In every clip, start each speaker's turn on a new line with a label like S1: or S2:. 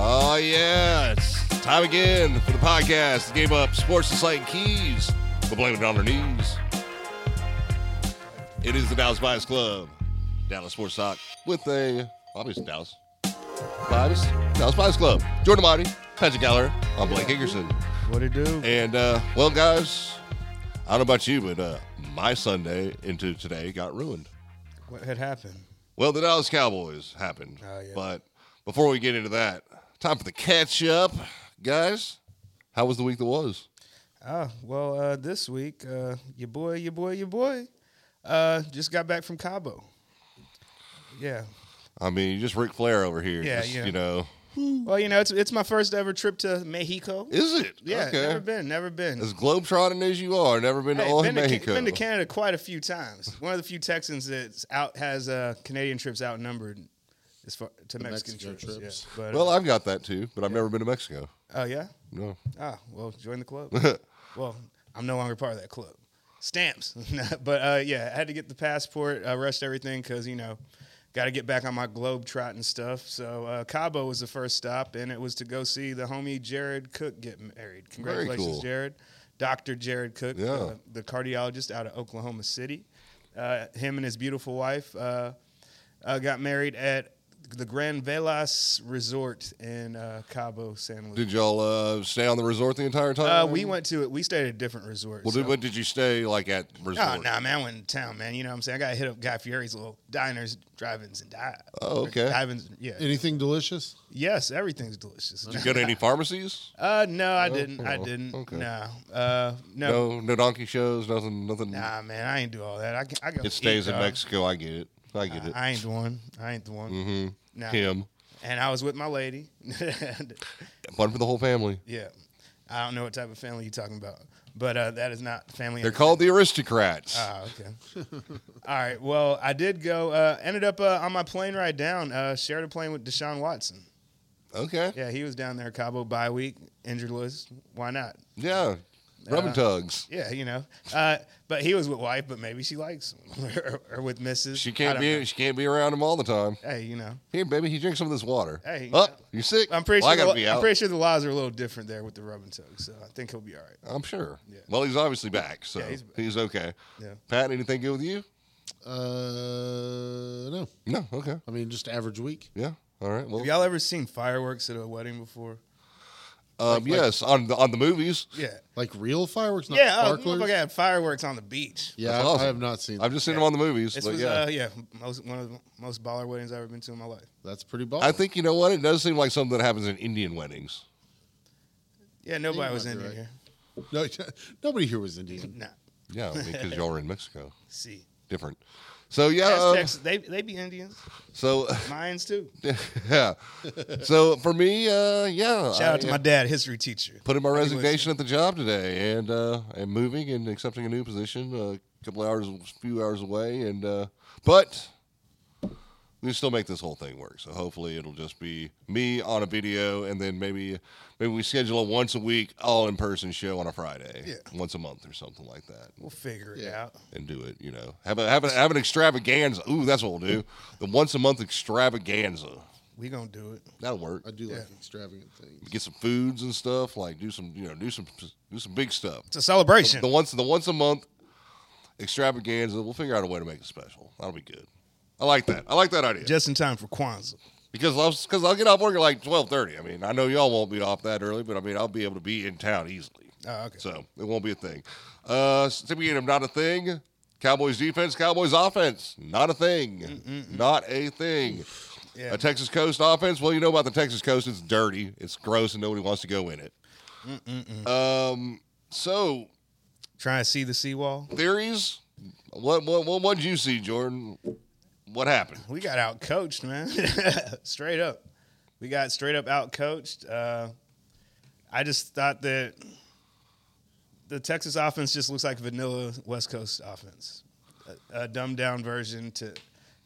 S1: Oh, yeah, it's time again for the podcast. Gave up sports and slight keys, but blame it on their knees. It is the Dallas Bias Club, Dallas Sports Talk with a obviously Dallas Bias, Dallas Bias Club. Jordan Amati, Patrick Gallagher, I'm Blake Higgerson,
S2: What it do?
S1: and uh, well, guys, I don't know about you, but uh, my Sunday into today got ruined.
S2: What had happened?
S1: Well, the Dallas Cowboys happened.
S2: Oh, yeah.
S1: But before we get into that, time for the catch up. Guys, how was the week that was?
S2: Ah, well, uh, this week, uh, your boy, your boy, your boy, uh, just got back from Cabo. Yeah.
S1: I mean, you just Ric Flair over here.
S2: Yeah,
S1: just,
S2: yeah.
S1: You know,
S2: Well, you know, it's it's my first ever trip to Mexico.
S1: is it?
S2: Yeah,
S1: Okay.
S2: never been, never been.
S1: As globetrotting as you are, never been to
S2: Hey,
S1: all
S2: been, to,
S1: Mexico.
S2: Ca- been to Canada quite a few times. One of the few Texans that's out has uh, Canadian trips outnumbered as far to Mexican
S3: Mexico
S2: trips. yeah.
S3: trips.
S2: But,
S1: well, I've got that too, but I've never been to Mexico.
S2: uh, oh yeah.
S1: No.
S2: Ah, well, join the club. well, I'm no longer part of that club. Stamps, but uh, yeah, I had to get the passport, I rushed everything because you know, got to get back on my globe trotting stuff. So uh, Cabo was the first stop, and it was to go see the homie Jared Cook get married. Congratulations,
S1: cool.
S2: Jared, Doctor Jared Cook,
S1: Yeah.
S2: uh, the cardiologist out of Oklahoma City. Uh, him and his beautiful wife uh, uh, got married at the Grand Velas Resort in uh, Cabo San Luis.
S1: Did y'all uh, stay on the resort the entire
S2: Uh,
S1: time?
S2: we went to it. We stayed at a different resort.
S1: Well,
S2: so.
S1: did, but did you stay like at resort?
S2: Oh, nah, man, I went to town, man. You know what I'm saying? I got to hit up Guy Fieri's little diners, drive-ins, and dive.
S1: Oh, okay.
S2: Dive-ins, yeah.
S3: Anything delicious?
S2: yes, everything's delicious.
S1: Did you go to any pharmacies?
S2: Uh, no, I didn't. I
S1: well,
S2: didn't.
S1: okay.
S2: No. Uh, no.
S1: No, no donkey shows, nothing, nothing.
S2: Nah, man, I ain't do all that. I, can- I go
S1: It stays
S2: eat,
S1: in
S2: dog.
S1: Mexico. I get it. I get it.
S2: I ain't the one. I ain't the one.
S1: Mhm.
S2: Nah.
S1: Him.
S2: And I was with my lady.
S1: Fun for the whole family.
S2: yeah. I don't know what type of family you're talking about, but uh, that is not family.
S1: They're called the aristocrats.
S2: Ah, okay. All right. Well, I did go. Uh, ended up uh, on my plane ride down. Uh, shared a plane with Deshaun Watson.
S1: okay. Yeah.
S2: Yeah, he was down there Cabo bye week, injured list. Why not?
S1: Rub and tugs.
S2: Yeah, you know. Uh, but he was with wife, but maybe she likes him or, or with Mrs.
S1: She
S2: I
S1: can't
S2: don't
S1: be.
S2: know.
S1: She can't be around him all the time.
S2: Hey, you know.
S1: Here, baby, he drinks some of this water.
S2: Hey,
S1: oh,
S2: you know,
S1: you sick?
S2: I'm pretty
S1: Well, I
S2: sure.
S1: gotta
S2: the,
S1: be
S2: I'm
S1: out.
S2: pretty sure the laws are a little different there with the rub and tug, so I think he'll be all right.
S1: I'm sure.
S2: Yeah.
S1: Well, he's obviously back, so
S2: Yeah,
S1: he's,
S2: he's-
S1: okay.
S2: Yeah.
S1: Pat, anything good with you?
S3: Uh, no.
S1: No. Okay.
S3: I mean, just average week.
S1: Yeah. All right. Well,
S2: Have y'all ever seen fireworks at a wedding before?
S1: um, yes, on the on the movies.
S2: Yeah.
S3: Like real fireworks, not
S2: Yeah, oh,
S3: sparklers.
S2: look at fireworks on the beach.
S3: Yeah,
S1: That's
S3: I,
S1: awesome.
S3: I have not seen.
S1: I've
S3: that.
S1: just seen them on the movies,
S2: This
S1: but
S2: was,
S1: yeah.
S2: uh, yeah, most one of the most baller weddings I've ever been to in my life.
S3: That's pretty ball.
S1: I think you know what? It does seem like something that happens in Indian weddings.
S2: Yeah, nobody
S3: might
S2: was
S3: be
S2: in
S3: right.
S2: here.
S3: no, nobody here was Indian.
S2: Nah,
S1: Yeah, because y'all were in Mexico.
S2: see,
S1: Different. So yeah. um,
S2: Aztecs, they they be Indians,
S1: so
S2: Mayans too.
S1: yeah. So for me, uh, yeah.
S2: Shout out to
S1: I,
S2: my dad, history teacher.
S1: Put in my
S2: Anyways.
S1: resignation at the job today, and uh, and moving and accepting a new position uh, a couple hours, a few hours away, and uh, but we can still make this whole thing work. So hopefully it'll just be me on a video, and then maybe maybe we schedule a once a week all in person show on a Friday,
S2: Yeah.
S1: once a month or something like that,
S2: We'll figure it
S3: Yeah.
S2: out.
S1: and do it. You know, have a have a, have an extravaganza. Ooh, that's what we'll do. The once a month extravaganza.
S2: We gonna do it.
S1: That'll work.
S3: I do like
S2: Yeah.
S3: extravagant things.
S1: get some foods and stuff. Like do some, you know, do some, do some big stuff.
S2: It's a celebration.
S1: The once, the once a month extravaganza. We'll figure out a way to make it special. That'll be good. I like that. I like that idea
S2: Just in time for Kwanzaa.
S1: because I'll because I'll get off work at like twelve thirty. I mean, I know y'all won't be off that early, but I mean, I'll be able to be in town easily.
S2: Oh, okay.
S1: So it won't be a thing. Uh, speaking of not a thing, Cowboys defense, Cowboys offense, not a thing, not a thing.
S2: Yeah.
S1: A Texas Coast offense. Well, you know about the Texas Coast. It's dirty. It's gross, and nobody wants to go in it. Um. So
S2: Trying to see the seawall.
S1: theories. What what what what'd you see, Jordan? What happened?
S2: We got out coached, man. straight up. We got straight up out coached. Uh, I just thought that the Texas offense just looks like vanilla West Coast offense, a, a dumbed down version to,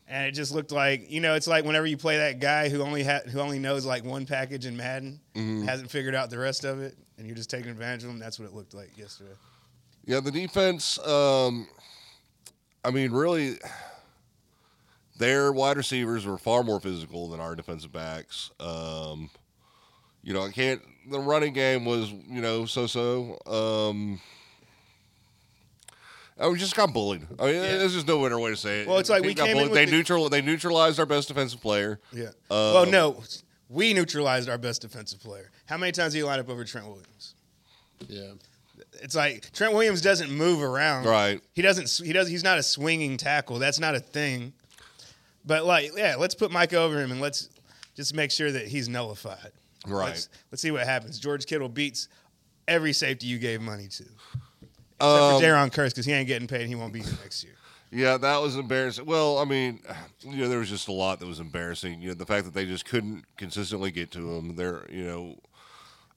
S2: and it just looked like you know it's like whenever you play that guy who only ha- who only knows like one package in Madden, hasn't figured out the rest of it, and you're just taking advantage of him. That's what it looked like yesterday.
S1: Yeah, the defense. Um, I mean, really, their wide receivers were far more physical than our defensive backs. Um, You know, I can't. The running game was, you know, so so. Um, I was just got bullied. I mean, there's just no better way to say it.
S2: Well, it's like
S1: He
S2: we
S1: got
S2: came in
S1: bullied.
S2: with
S1: They
S2: the-
S1: neutral. They neutralized our best defensive player.
S2: Yeah. well, no, we neutralized our best defensive player. How many times did he line up over Trent Williams?
S3: Yeah.
S2: It's like Trent Williams doesn't move around.
S1: Right.
S2: He doesn't. s- He does. He's not a swinging tackle. That's not a thing. But like, yeah, let's put Mike over him and let's just make sure that he's nullified.
S1: Right.
S2: Let's, let's see what happens. George Kittle beats every safety you gave money to, except
S1: Um,
S2: for Jaron Curse because he ain't getting paid and he won't be here next year.
S1: Yeah, that was embarrassing. Well, I mean, you know, there was just a lot that was embarrassing. You know, the fact that they just couldn't consistently get to him. They're, you know,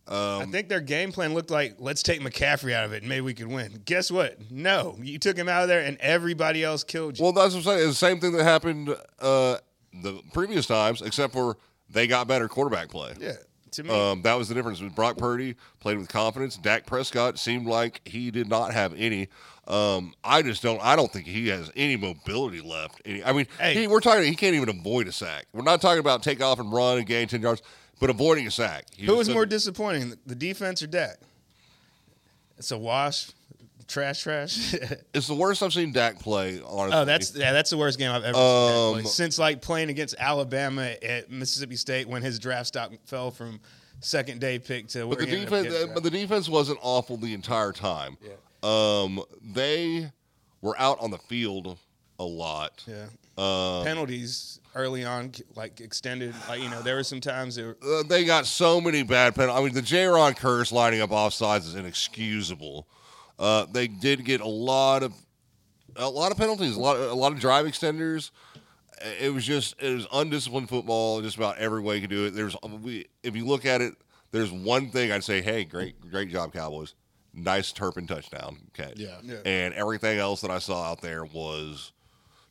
S1: Um,
S2: I think their game plan looked like let's take McCaffrey out of it and maybe we could win. Guess what? No, you took him out of there and everybody else killed you.
S1: well, that's what I'm saying. It's the same thing that happened uh, the previous times, except for they got better quarterback play.
S2: yeah, to me,
S1: Um, that was the difference. With Brock Purdy played with confidence. Dak Prescott seemed like he did not have any. Um, I just don't. I don't think he has any mobility left. Any, I mean,
S2: Hey.
S1: he, we're talking. He can't even avoid a sack. We're not talking about take off and run and gain ten yards, but avoiding a sack. He
S2: who
S1: just
S2: was more
S1: couldn't.
S2: disappointing, the- the defense or Dak? It's a wash, trash, trash.
S1: It's the worst I've seen Dak play. Honestly,
S2: oh, that's yeah, that's the worst game I've ever
S1: Um,
S2: seen Dak play. since like playing against Alabama at Mississippi State when his draft stock fell from second day pick to.
S1: but the defense. uh, But the defense wasn't awful the entire time. Um, they were out on the field a lot.
S2: Yeah.
S1: Um,
S2: Penalties early on, like extended. Like you know, there were some times that were,
S1: Uh, they got so many bad penalties. I mean, the Jaron Curse lining up offsides is inexcusable. Uh, they did get a lot of a lot of penalties, a lot a lot of drive extenders. It was just it was undisciplined football. Just about every way you could do it. There's um, we, if you look at it, there's one thing I'd say. Hey, great great job, Cowboys. Nice Turpin touchdown catch.
S3: Yeah.
S2: Yeah.
S1: And everything else that I saw out there was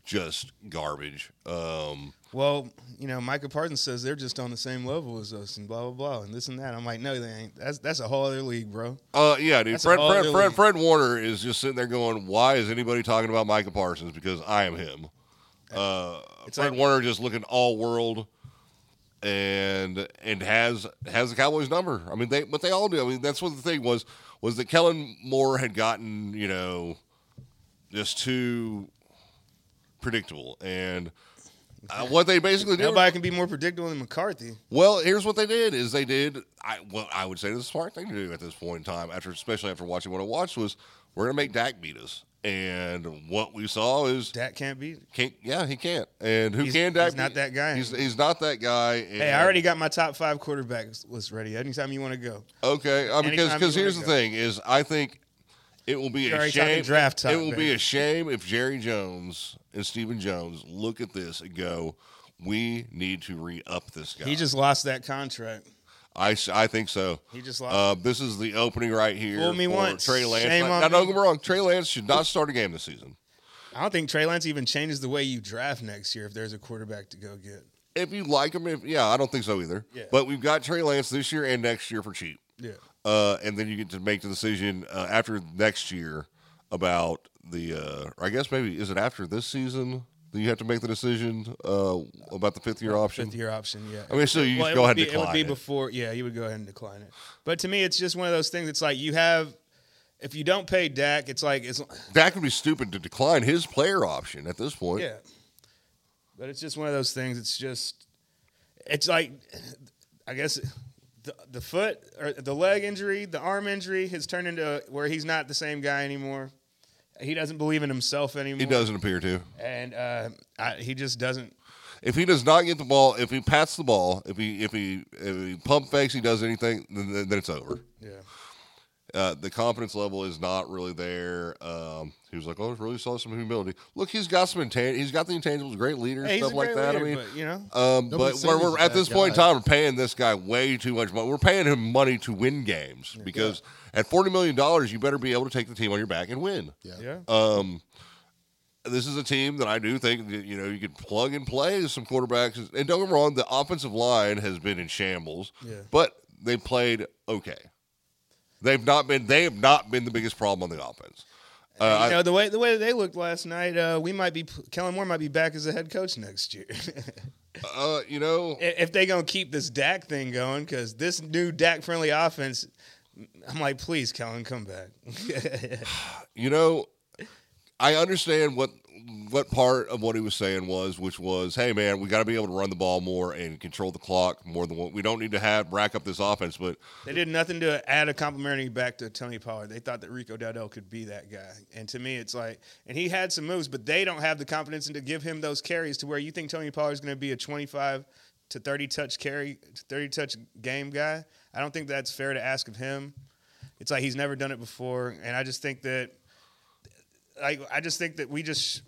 S1: just garbage. Um,
S2: well, you know, Micah Parsons says they're just on the same level as us and blah blah blah and this and that. I'm like, no, they ain't. That's that's a whole other league, bro.
S1: Uh, yeah, dude.
S2: That's
S1: Fred,
S2: all
S1: Fred,
S2: they're
S1: Fred,
S2: leaving.
S1: Fred Warner is just sitting there going, "Why is anybody talking about Micah Parsons? Because I am him." Uh,
S2: It's
S1: Fred
S2: like-
S1: Warner just looking all world, and and has has the Cowboys number. I mean, they but they all do. I mean, that's what the thing was was that Kellen Moore had gotten you know just too predictable, and uh, what they basically did
S2: Nobody can be more predictable than McCarthy.
S1: well, here's what they did: is they did. I well, I would say the smart thing to do at this point in time, after especially after watching what I watched, was we're gonna make Dak beat us. And what we saw is
S2: Dak can't beat. it.
S1: can't. Yeah, he can't. And who
S2: He's-
S1: can Dak?
S2: he's not
S1: beat?
S2: that guy
S1: He's, he's not that guy. And,
S2: Hey, I already got my top five quarterbacks list ready. Anytime you want to go.
S1: Okay, I mean, because
S2: Anytime you
S1: here's the
S2: wanna go.
S1: thing: is I think it will be
S2: You're
S1: a
S2: already
S1: shame.
S2: talking draft talk,
S1: it will be
S2: baby.
S1: a shame if Jerry Jones and Stephen Jones look at this and go, "We need to re up this guy."
S2: He just lost that contract.
S1: I, s- I think so.
S2: He just lost.
S1: Uh, this is the opening right here.
S2: Fool me
S1: for
S2: once.
S1: Trey Lance.
S2: Shame
S1: now,
S2: on
S1: now, don't
S2: me.
S1: get me wrong. Trey Lance should not start a game this season.
S2: I don't think Trey Lance even changes the way you draft next year if there's a quarterback to go get.
S1: If you like him, if, yeah, I don't think so either.
S2: Yeah.
S1: But we've got Trey Lance this year and next year for cheap.
S2: Yeah.
S1: Uh, and then you get to make the decision uh, after next year about the. Uh, or I guess maybe is it after this season that you have to make the decision uh, about the fifth year option.
S2: Fifth year option, yeah.
S1: I mean, so you
S2: Well,
S1: just
S2: it
S1: go
S2: would
S1: ahead
S2: be,
S1: and decline.
S2: It would be
S1: it.
S2: before, yeah, you would go ahead and decline it. But to me, it's just one of those things. It's like you have, if you don't pay Dak, it's like it's
S1: That would be stupid to decline his player option at this point.
S2: yeah. But it's just one of those things. It's just, it's like, I guess the the foot or the leg injury, the arm injury has turned into where he's not the same guy anymore. He doesn't believe in himself anymore.
S1: He doesn't appear to.
S2: and uh, I, he just doesn't.
S1: If he does not get the ball, if he pats the ball, if he if he if he pump fakes, he does anything, then, then then it's over.
S2: Yeah,
S1: Uh, the confidence level is not really there. Um, he was like, "Oh, I really saw some humility." Look, he's got some intan- He's got the intangibles, great leader, and
S2: Hey, he's
S1: stuff
S2: a
S1: like
S2: great
S1: that.
S2: leader,
S1: I mean,
S2: but, you know,
S1: um, but
S3: Nobody's saying
S1: we're, we're
S3: he's a
S1: at
S3: bad
S1: this point in
S3: guy.
S1: time, we're paying this guy way too much money. We're paying him money to win games because at forty million dollars, you better be able to take the team on your back and win.
S3: Yeah.
S2: yeah.
S1: uh, this is a team that I do think that, you know you could plug and play some quarterbacks. And don't get me wrong, the offensive line has been in shambles,
S2: Yeah.
S1: but they played okay. They've not been they have not been the biggest problem on the offense. Uh, I-
S2: you know the way the way they looked last night. Uh, we might be Kellen Moore might be back as a head coach next year
S1: uh, you know,
S2: I- if they gonna keep this Dak thing going because this new Dak friendly offense. I'm like, please, Kellen, come back.
S1: you know, I understand what what part of what he was saying was, which was, hey man, we got to be able to run the ball more and control the clock more than what we don't need to have rack up this offense. But
S2: they did nothing to add a complimentary back to Tony Pollard. They thought that Rico Dowdell could be that guy, and to me, it's like, and he had some moves, but they don't have the confidence to give him those carries to where you think Tony Pollard's going to be a 25 to 30 touch carry, 30 touch game guy. I don't think that's fair to ask of him. It's like he's never done it before, and I just think that like I just think that we just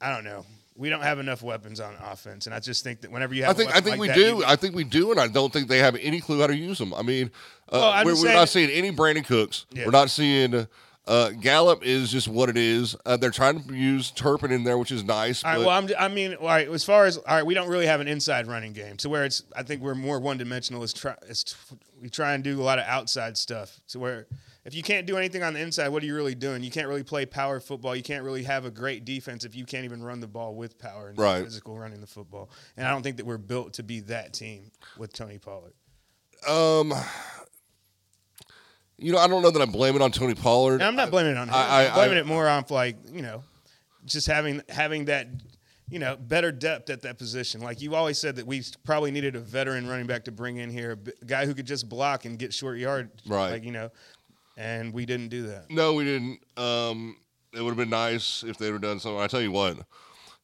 S2: I don't know. We don't have enough weapons on offense, and I just think that whenever you have,
S1: I think
S2: a
S1: I
S2: weapon
S1: think
S2: like
S1: we
S2: that,
S1: do.
S2: you-
S1: I think we do, and I don't think they have any clue how to use them. I mean, uh,
S2: Well, I'm
S1: we're,
S2: just
S1: we're
S2: saying-
S1: not seeing any Brandon Cooks.
S2: Yeah.
S1: We're not seeing. Uh, Gallup is just what it is. Uh, they're trying to use Turpin in there, which is nice.
S2: all right.
S1: but-
S2: Well, I'm, I mean, all right. As far as all right, we don't really have an inside running game to where it's. I think we're more one dimensional. Is try is t- we try and do a lot of outside stuff to where if you can't do anything on the inside, what are you really doing? You can't really play power football. You can't really have a great defense if you can't even run the ball with power and
S1: Right.
S2: physical running the football. And I don't think that we're built to be that team with Tony Pollard.
S1: Um, you know, I don't know that I blame it on Tony Pollard.
S2: And I'm not blaming it on him.
S1: I-
S2: I,
S1: I-
S2: am blaming
S1: I-
S2: it more on like you know, just having having that you know better depth at that position. Like you always said that we probably needed a veteran running back to bring in here, a b- guy who could just block and get short yard.
S1: Right.
S2: Like you know, and we didn't do that.
S1: No, we didn't. Um, it would have been nice if they would have done something. I tell you what,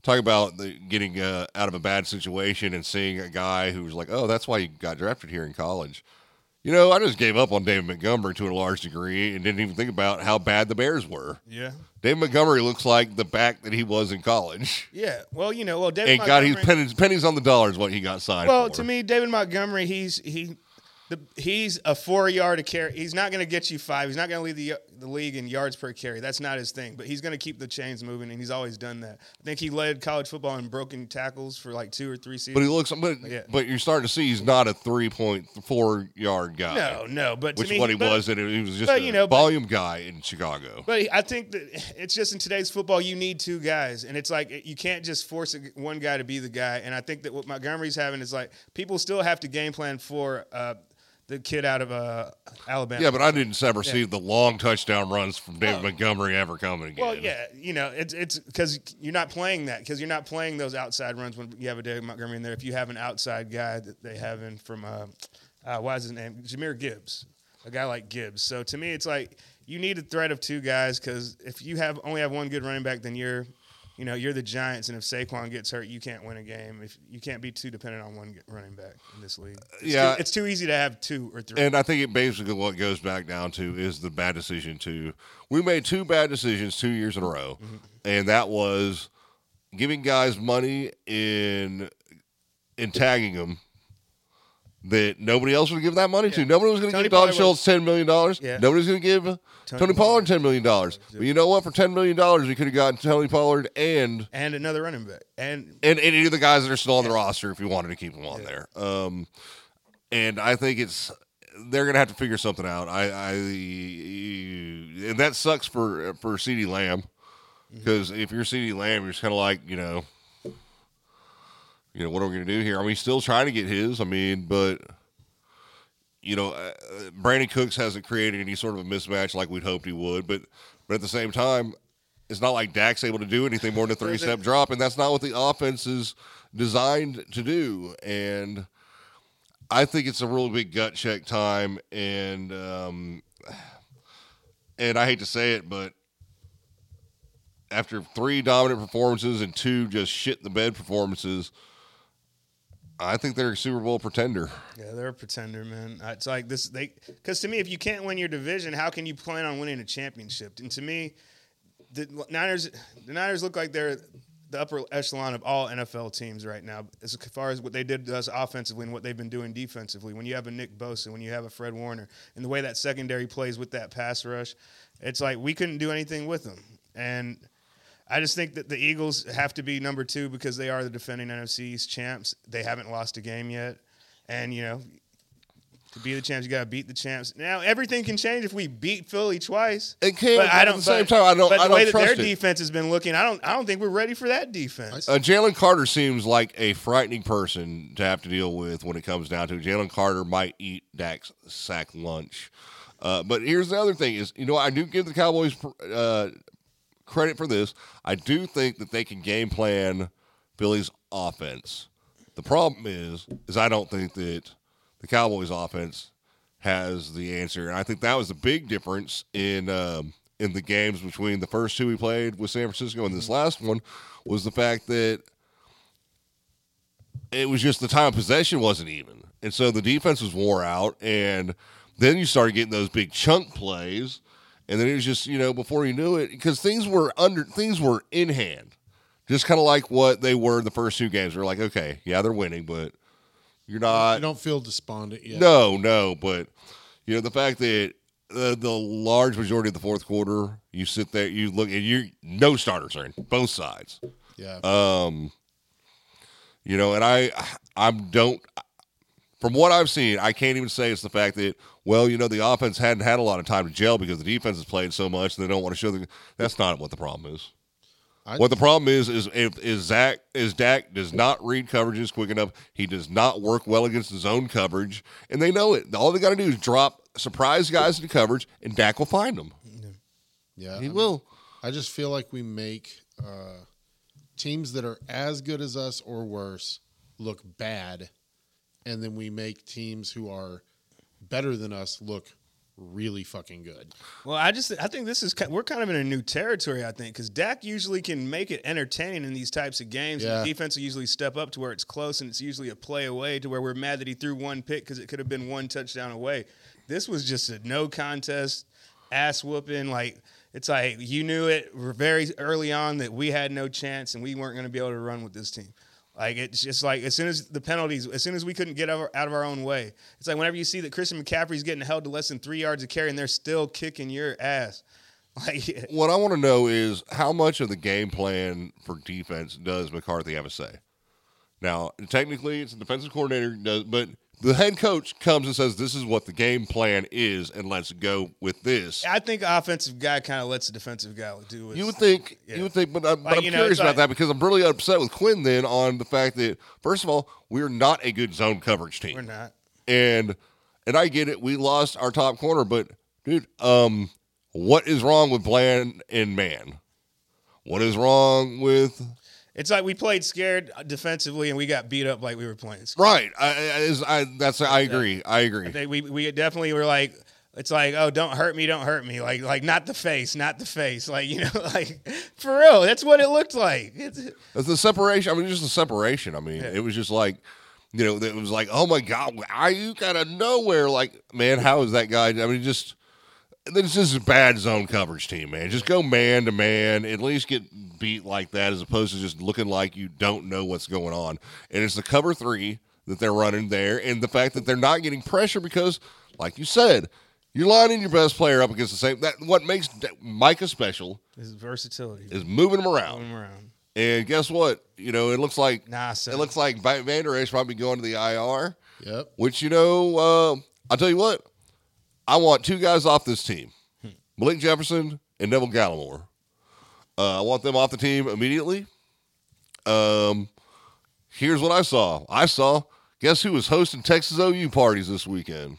S1: talk about the, getting uh, out of a bad situation and seeing a guy who was like, "Oh, that's why you got drafted here in college." You know, I just gave up on David Montgomery to a large degree and didn't even think about how bad the Bears were.
S2: Yeah.
S1: David Montgomery looks like the back that he was in college,
S2: Yeah. Well, you know, well, David
S1: and got his
S2: Montgomery-
S1: pennies, pennies on the dollars what he got signed.
S2: Well,
S1: for.
S2: to me, David Montgomery, he's he, the he's a four yard a carry. He's not going to get you five. He's not going to lead the the league in yards per carry. That's not his thing. But he's going to keep the chains moving, and he's always done that. I think he led college football in broken tackles for like two or three
S1: But he
S2: seasons.
S1: looks, but,
S2: Yeah.
S1: but you're starting to see he's not a three point four yard guy.
S2: no, no. But to
S1: which
S2: me,
S1: is what he
S2: but-
S1: was, and he was just
S2: but,
S1: a
S2: you know, but-
S1: volume guy in Chicago.
S2: But I think that it's just in today's football, you need two guys, and it's like you can't just force a- one guy to be the guy. And I think that what Montgomery's having is like people still have to game plan for uh, the kid out of uh, Alabama.
S1: yeah, but I didn't ever see the long touchdown runs from David Montgomery ever coming again.
S2: Well, yeah, you know, it's it's because you're not playing that because you're not playing those outside runs when you have a David Montgomery in there. If you have an outside guy that they have in from, uh, uh, why is his name Jameer Gibbs, a guy like Gibbs. So to me, it's like you need a threat of two guys because if you have only have one good running back, then you're, you know, you're the Giants, and if Saquon gets hurt, you can't win a game. If you can't be too dependent on one g- running back in this league, it's
S1: Yeah.
S2: too, it's too easy to have two or three.
S1: And I think it basically what it goes back down to is the bad decision to we made two bad decisions two years in a row,
S2: Mm-hmm.
S1: and that was giving guys money in and tagging them that nobody else would give that money to. Nobody was going to
S2: Tony
S1: give Don
S2: Pollard
S1: Schultz ten million dollars.
S2: Yeah.
S1: Nobody was going to give Tony,
S2: Pollard.
S1: Pollard ten million dollars. But you know what? For ten million dollars, we could have gotten Tony Pollard and
S2: and another running back, and
S1: and any of the guys that are still on the roster if you wanted to keep them on there. Um, and I think it's they're gonna have to figure something out. I, I and that sucks for for Ceedee Lamb because Mm-hmm. if you're Ceedee Lamb, you're just kind of like you know, you know what are we gonna do here? I mean, he's still trying to get his. I mean, but. You know, uh, uh, Brandon Cooks hasn't created any sort of a mismatch like we'd hoped he would, but but at the same time, it's not like Dak's able to do anything more than a three step drop, and that's not what the offense is designed to do. And I think it's a really big gut check time, and um, and I hate to say it, but after three dominant performances and two just shit in the bed performances, I think they're a Super Bowl pretender.
S2: Yeah, they're a pretender, man. It's like this. They because to me, if you can't win your division, how can you plan on winning a championship? And to me, the Niners, the Niners look like they're the upper echelon of all NFL teams right now, as far as what they did to us offensively and what they've been doing defensively. When you have a Nick Bosa, when you have a Fred Warner, and the way that secondary plays with that pass rush, it's like we couldn't do anything with them. And I just think that the Eagles have to be number two because they are the defending NFC's champs. They haven't lost a game yet, and you know To be the champs, you got to beat the champs. Now everything can change if we beat Philly twice.
S1: It can, but at the same time, I don't-
S2: But the
S1: I don't
S2: way that their
S1: trust it.
S2: defense has been looking, I don't. I don't think we're ready for that defense.
S1: Uh, Jalen Carter seems like a frightening person to have to deal with when it comes down to it. Jalen Carter might eat Dak's sack lunch. Uh, but here's the other thing is, you know, I do give the Cowboys uh, credit for this. I do think that they can game plan Billy's offense. The problem is, is I don't think that the Cowboys offense has the answer. And I think that was the big difference in um, in the games between the first two we played with San Francisco and this last one was the fact that it was just the time of possession wasn't even. And so the defense was wore out. And then you started getting those big chunk plays. And then it was just, you know, before you knew it, because things were under, things were in hand. Just kind of like what they were the first two games. We're like, okay, yeah, they're winning, but you're not.
S3: I don't feel despondent yet.
S1: Uh, No, no, but you know the fact that uh, the large majority of the fourth quarter, you sit there, you look, and you no starters are in both sides.
S3: Yeah.
S1: Uh, You know, and I, I don't. From what I've seen, I can't even say it's the fact that well, you know, the offense hadn't had a lot of time to gel because the defense has played so much. They don't want to show the. That's not what the problem is.
S3: I-
S1: what the problem is is if is Zach is Dak does not read coverages quick enough. He does not work well against his own coverage, and they know it. All they got to do is drop surprise guys into coverage, and Dak will find them.
S3: yeah.
S1: He
S3: I
S1: will.
S3: I just feel like we make uh, teams that are as good as us or worse look bad, and then we make teams who are better than us look really fucking good.
S2: Well, I just I think this is ki- we're kind of in a new territory. I think because Dak usually can make it entertaining in these types of games.
S3: Yeah.
S2: And the defense will usually step up to where it's close, and it's usually a play away to where we're mad that he threw one pick because it could have been one touchdown away. This was just a no contest ass whooping. Like it's like you knew it very early on that we had no chance and we weren't going to be able to run with this team. Like it's just like as soon as the penalties, as soon as we couldn't get over, out of our own way, it's like whenever you see that Christian McCaffrey's getting held to less than three yards of carry and they're still kicking your ass. Like
S1: What I want to know is how much of the game plan for defense does McCarthy have a say? Now, technically, it's the defensive coordinator, does, but the head coach comes and says, "This is what the game plan is, and let's go with this."
S2: I think offensive guy kind of lets the defensive guy do it.
S1: You would think,
S2: yeah.
S1: you would think, but, I, but
S2: Like,
S1: I'm
S2: you know,
S1: curious
S2: it's
S1: about
S2: like-
S1: that because I'm really upset with Quinn then on the fact that first of all, we're not a good zone coverage team.
S2: we're not.
S1: and and I get it. We lost our top corner, but dude, um, what is wrong with Bland and Man? What is wrong with
S2: It's like we played scared defensively and we got beat up like we were playing. scared.
S1: right? I, I, is- I that's I agree. I agree.
S2: They, we we definitely were like. It's like, oh, don't hurt me, don't hurt me. Like, like not the face, not the face. Like, you know, like for real, that's what it looked like. It's,
S1: It's the separation. I mean, just the separation. I mean, it was just like. You know, it was like, oh my God, Ayuk out of nowhere. Like, man, how is that guy? I mean, just this is a bad zone coverage team, man. Just go man to man. At least get beat like that, as opposed to just looking like you don't know what's going on. And it's the cover three that they're running there, and the fact that they're not getting pressure because, like you said, you're lining your best player up against the same. That what makes D- Micah special
S2: it's versatility.
S1: is moving him around.
S2: Going around.
S1: And guess what? You know, it looks like
S2: Nah, son.
S1: it looks like Va- Van Der Esch might be going to the IR.
S3: Yep.
S1: Which you know, uh, I'll tell you what, I want two guys off this team, Malik Jefferson and Neville Gallimore. Uh, I want them off the team immediately. Um, here's what I saw. I saw. Guess who was hosting Texas OU parties this weekend?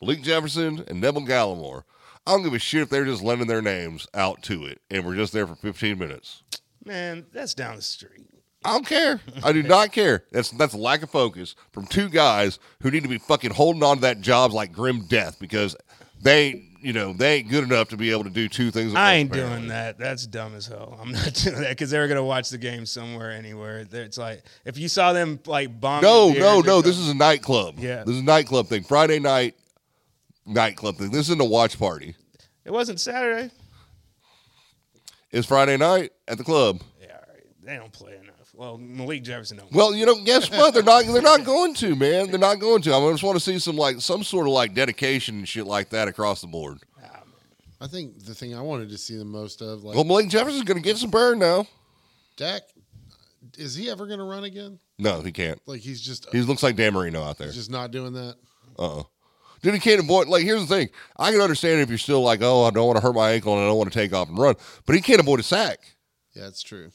S1: Malik Jefferson and Neville Gallimore. I don't give a shit if they're just lending their names out to it and we're just there for 15 minutes.
S2: Man, that's down the street.
S1: I don't care. I do not care. That's that's a lack of focus from two guys who need to be fucking holding on to that job like grim death because they ain't, you know they ain't good enough to be able to do two things. at
S2: I
S1: once,
S2: ain't
S1: apparently.
S2: doing that. That's dumb as hell. I'm not doing that because they were gonna watch the game somewhere, anywhere. They're- It's like if you saw them like bomb.
S1: No, no, no. This is a nightclub.
S2: Yeah.
S1: this is a nightclub thing. Friday night nightclub thing. This isn't a watch party.
S2: It wasn't Saturday.
S1: It's Friday night at the club.
S2: Yeah, all right. They don't play enough. Well, Malik Jefferson don't.
S1: Well, you know, guess what? They're not. They're not going to, man. They're not going to. I just want to see some like some sort of like dedication and shit like that across the board.
S2: Ah,
S3: I think the thing I wanted to see the most of, like
S1: Well, Malik Jefferson's going to get some burn now.
S3: Dak, is he ever going to run again?
S1: No, he can't.
S3: Like he's just
S1: He looks like Dan Marino out there.
S3: he's just not doing that.
S1: Uh-oh. Dude, he can't avoid. Like, here's the thing. I can understand if you're still like, oh, I don't want to hurt my ankle and I don't want to take off and run, but he can't avoid a sack.
S3: Yeah, it's true.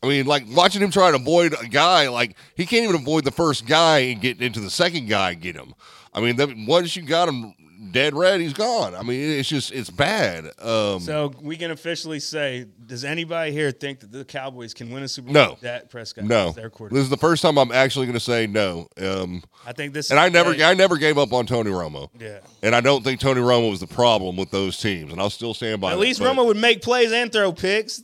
S1: I mean, like watching him try to avoid a guy, like he can't even avoid the first guy and get into the second guy and get him. I mean, that, once you got him dead red, he's gone. I mean, it's just it's bad. Um,
S2: So we can officially say: Does anybody here think that the Cowboys can win a Super Bowl?
S1: No.
S2: with Dak Prescott.
S1: no,
S2: as their
S1: this
S2: quarterback.
S1: is the first time I'm actually going to say no. Um,
S2: I think this.
S1: and
S2: is
S1: I never,
S2: the-
S1: I never gave up on Tony Romo.
S2: Yeah.
S1: And I don't think Tony Romo was the problem with those teams, and I'll still stand by.
S2: At
S1: that,
S2: least
S1: but-
S2: Romo would make plays and throw picks.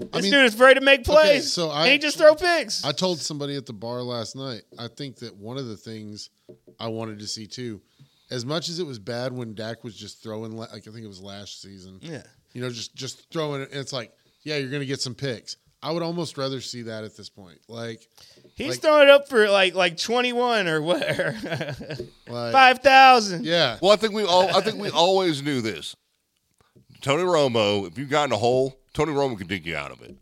S2: This
S3: mean-
S2: dude is afraid to make plays.
S3: so I-
S2: and he just throw picks.
S3: I told somebody at the bar last night. I think that one of the things I wanted to see too, as much as it was bad when Dak was just throwing, la- like I think it was last season.
S2: yeah.
S3: you know, just just throwing it. And it's like, yeah, you're gonna get some picks. I would almost rather see that at this point. Like,
S2: He's
S3: Like-
S2: throwing it up for like like twenty one or whatever,
S3: like,
S2: five thousand.
S3: yeah,
S1: Well, I think we all I think we always knew this. Tony Romo, if you got in a hole, Tony Romo can dig you out of it.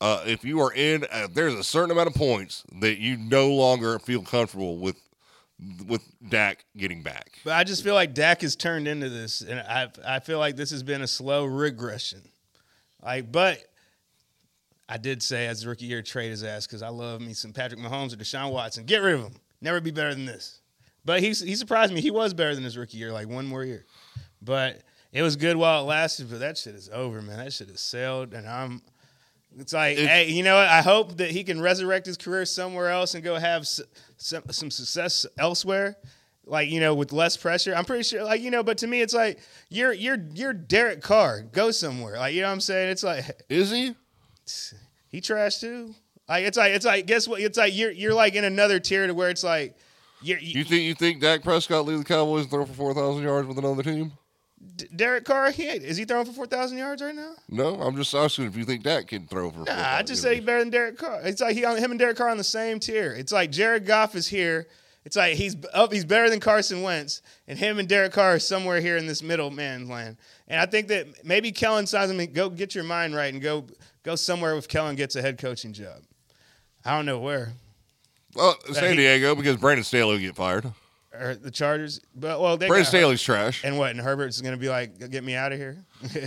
S1: Uh, if you are in, uh, there's a certain amount of points that you no longer feel comfortable with with Dak getting back.
S2: But I just feel like Dak has turned into this, and I I feel like this has been a slow regression. Like, but I did say as rookie year trade his ass because I love me some Patrick Mahomes or Deshaun Watson. Get rid of him. Never be better than this. But he he surprised me. He was better than his rookie year, like one more year. But it was good while it lasted. But that shit is over, man. That shit is sailed, and I'm. It's like,
S1: It's-
S2: hey, you know what? I hope that he can resurrect his career somewhere else and go have s- some, some success elsewhere, like you know, with less pressure. I'm pretty sure, like you know. But to me, it's like you're you're you're Derek Carr. Go somewhere, like you know what I'm saying. It's like
S1: Is he?
S2: he trash too. Like it's like it's like guess what? It's like you're you're like in another tier to where it's like you're,
S1: You
S2: you
S1: think you think Dak Prescott leaves the Cowboys and throw for four thousand yards with another team?
S2: D- Derek Carr. He ain't, is he throwing for four thousand yards right now?
S1: No, I'm just asking if you think Dak can throw for.
S2: Nah, I
S1: 4,000
S2: just said he's
S1: yards.
S2: better than Derek Carr. It's like he him and Derek Carr on the same tier. It's like Jared Goff is here. It's like he's up. He's better than Carson Wentz, and him and Derek Carr are somewhere here in this middle man land. And I think that maybe Kellen signs him. and Go get your mind right and go go somewhere if Kellen gets a head coaching job. I don't know where.
S1: Well,
S2: he-
S1: San Diego because Brandon Staley will get fired.
S2: or the Chargers. But well, they
S1: Brandon
S2: got
S1: Staley's trash.
S2: And what? And Herbert's going to be like, "Get me out of here."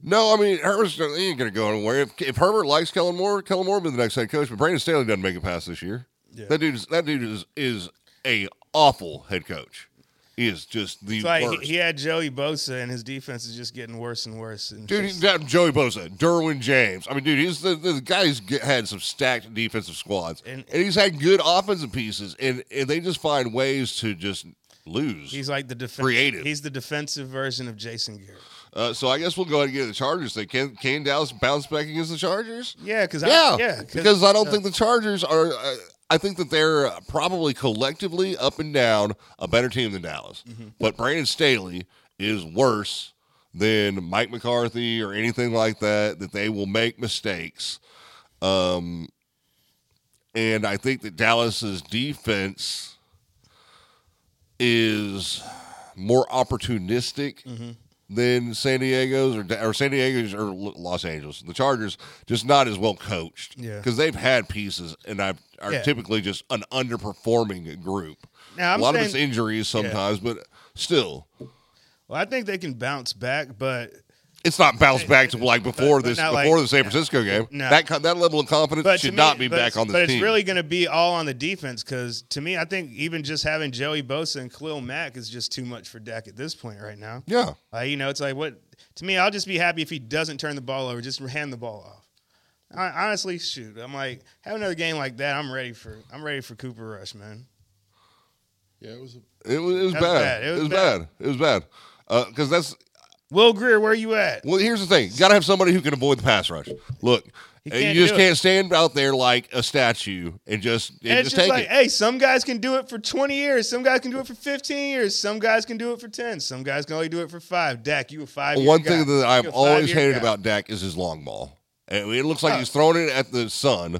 S1: No, I mean Herbert's he ain't gonna go anywhere. If, if Herbert likes Kellen Moore, Kellen Moore will be the next head coach. But Brandon Staley doesn't make it past this year.
S2: Yeah.
S1: That dude is that dude is is a awful head coach. He is just the
S2: it's like he,
S1: worst.
S2: he had Joey Bosa, and his defense is just getting worse and worse. And
S1: Dude, he's
S2: just-
S1: got Joey Bosa, Derwin James. I mean, dude, he's the, the guy's get, had some stacked defensive squads, and,
S2: And-
S1: he's had good offensive pieces, and, and they just find ways to just lose.
S2: he's like the defense.
S1: creative.
S2: He's the defensive version of Jason Garrett.
S1: uh, so I guess we'll go ahead and get to the Chargers. They can can Dallas bounce back against the Chargers?
S2: Yeah, because
S1: Yeah,
S2: I, yeah,
S1: because I don't think the Chargers are. Uh, I think that they're uh, probably collectively up and down a better team than Dallas.
S2: Mm-hmm.
S1: But Brandon Staley is worse than Mike McCarthy or anything like that. That they will make mistakes. Um, and I think that Dallas's defense is more opportunistic
S2: Mm-hmm.
S1: than San Diego's or, or San Diego's or L- Los Angeles. The Chargers just not as well coached
S2: Yeah.
S1: because they've had pieces and I've, are
S2: Yeah.
S1: typically just an underperforming group.
S2: Now, I'm
S1: a lot of
S2: saying-
S1: it's injuries sometimes, but still,
S2: Well, I think they can bounce back, but
S1: it's not bounced back to like before
S2: but
S1: this
S2: not
S1: before
S2: like-
S1: the San Francisco game.
S2: No.
S1: That co- that level of confidence
S2: but to
S1: should
S2: me-
S1: not be
S2: but
S1: back
S2: it's-
S1: on the
S2: But
S1: team.
S2: it's really going to be all on the defense because to me, I think even just having Joey Bosa and Khalil Mack is just too much for Dak at this point right now.
S1: yeah.
S2: Uh, you know, it's like what to me. I'll just be happy if he doesn't turn the ball over. Just hand the ball off. I, honestly, shoot, I'm like have another game like that. I'm ready for. I'm ready for Cooper Rush, man.
S3: yeah. It was. A,
S1: It was, it was
S2: That was
S1: bad. It was, bad. It was bad. Because that's
S2: Will Greer, where you at?
S1: Well, here's the thing: you gotta have somebody who can avoid the pass rush. Look,
S2: He
S1: uh,
S2: can't
S1: you just
S2: do it.
S1: can't stand out there like a statue and just and,
S2: And it's
S1: just
S2: just
S1: take
S2: like,
S1: it.
S2: hey, some guys can do it for 20 years. Some guys can do it for 15 years. Some guys can do it for 10. Some guys can only do it for five. Dak, you a five.
S1: One thing that I've always hated about Dak is his long ball. And it looks like
S2: Oh.
S1: he's throwing it at the sun,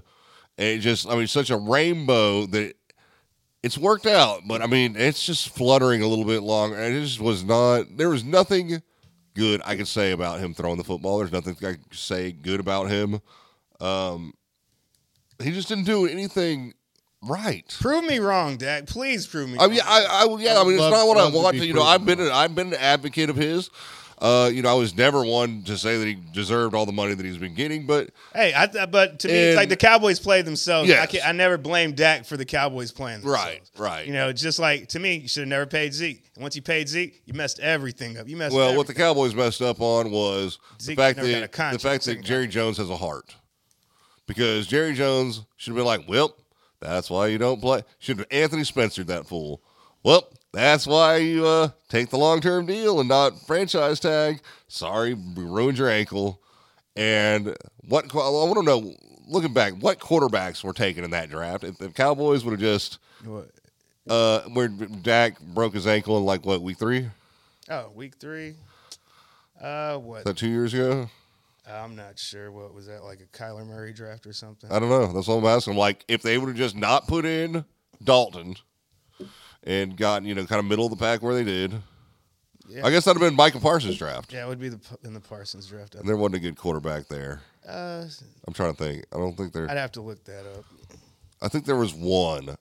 S1: and it just I mean, such a rainbow that it, it's worked out. But I mean, it's just fluttering a little bit longer. And it just was not. There was nothing good I could say about him throwing the football. There's nothing I could say good about him. Um, He just didn't do anything right.
S2: Prove me wrong, Dak. Please prove me.
S1: I mean,
S2: wrong.
S1: I, I, would- yeah, I mean, it's
S3: love-
S1: not what I
S3: love to
S1: want.
S3: be
S1: To, you know,
S3: proven
S1: I've been, an, I've been an advocate of his. Uh, you know, I was never one to say that he deserved all the money that he's been getting, but
S2: hey, I, th- but to me, it's
S1: And-
S2: like the Cowboys played themselves. I,
S1: Yes.
S2: can't, I never blame Dak for the Cowboys playing.
S1: Right,
S2: themselves.
S1: right.
S2: You know, just like to me, you should have never paid Zeke. And once you paid Zeke, you messed everything up. You messed.
S1: well, what the
S2: everything.
S1: Cowboys messed up on was
S2: Zeke
S1: the fact
S2: never got a
S1: that the
S2: contract,
S1: fact
S2: second
S1: that Jerry Jones has a heart, because Jerry Jones should have been like, "Well, that's why you don't play." Should have Anthony Spencer that fool. Well, that's why you uh, take the long term deal and not franchise tag. Sorry, we ruined your ankle. And what I want to know, looking back, what quarterbacks were taken in that draft? If the Cowboys would have just
S2: What-
S1: uh, where Dak broke his ankle in like what week three? Is
S2: Oh, week three. Uh, what?
S1: that two years ago?
S2: I'm not sure. What was that like a Kyler Murray draft or something?
S1: I don't know. That's all I'm asking. Like, if they would have just not put in Dalton and gotten, you know, kind of middle of the pack where they did,
S2: Yeah.
S1: I guess that'd have been Micah Parsons' draft.
S2: yeah, it would be the in the Parsons draft. I
S1: And there wasn't a good quarterback there.
S2: Uh,
S1: I'm trying to think. I don't think there.
S2: I'd have to look that up.
S1: I think there was one.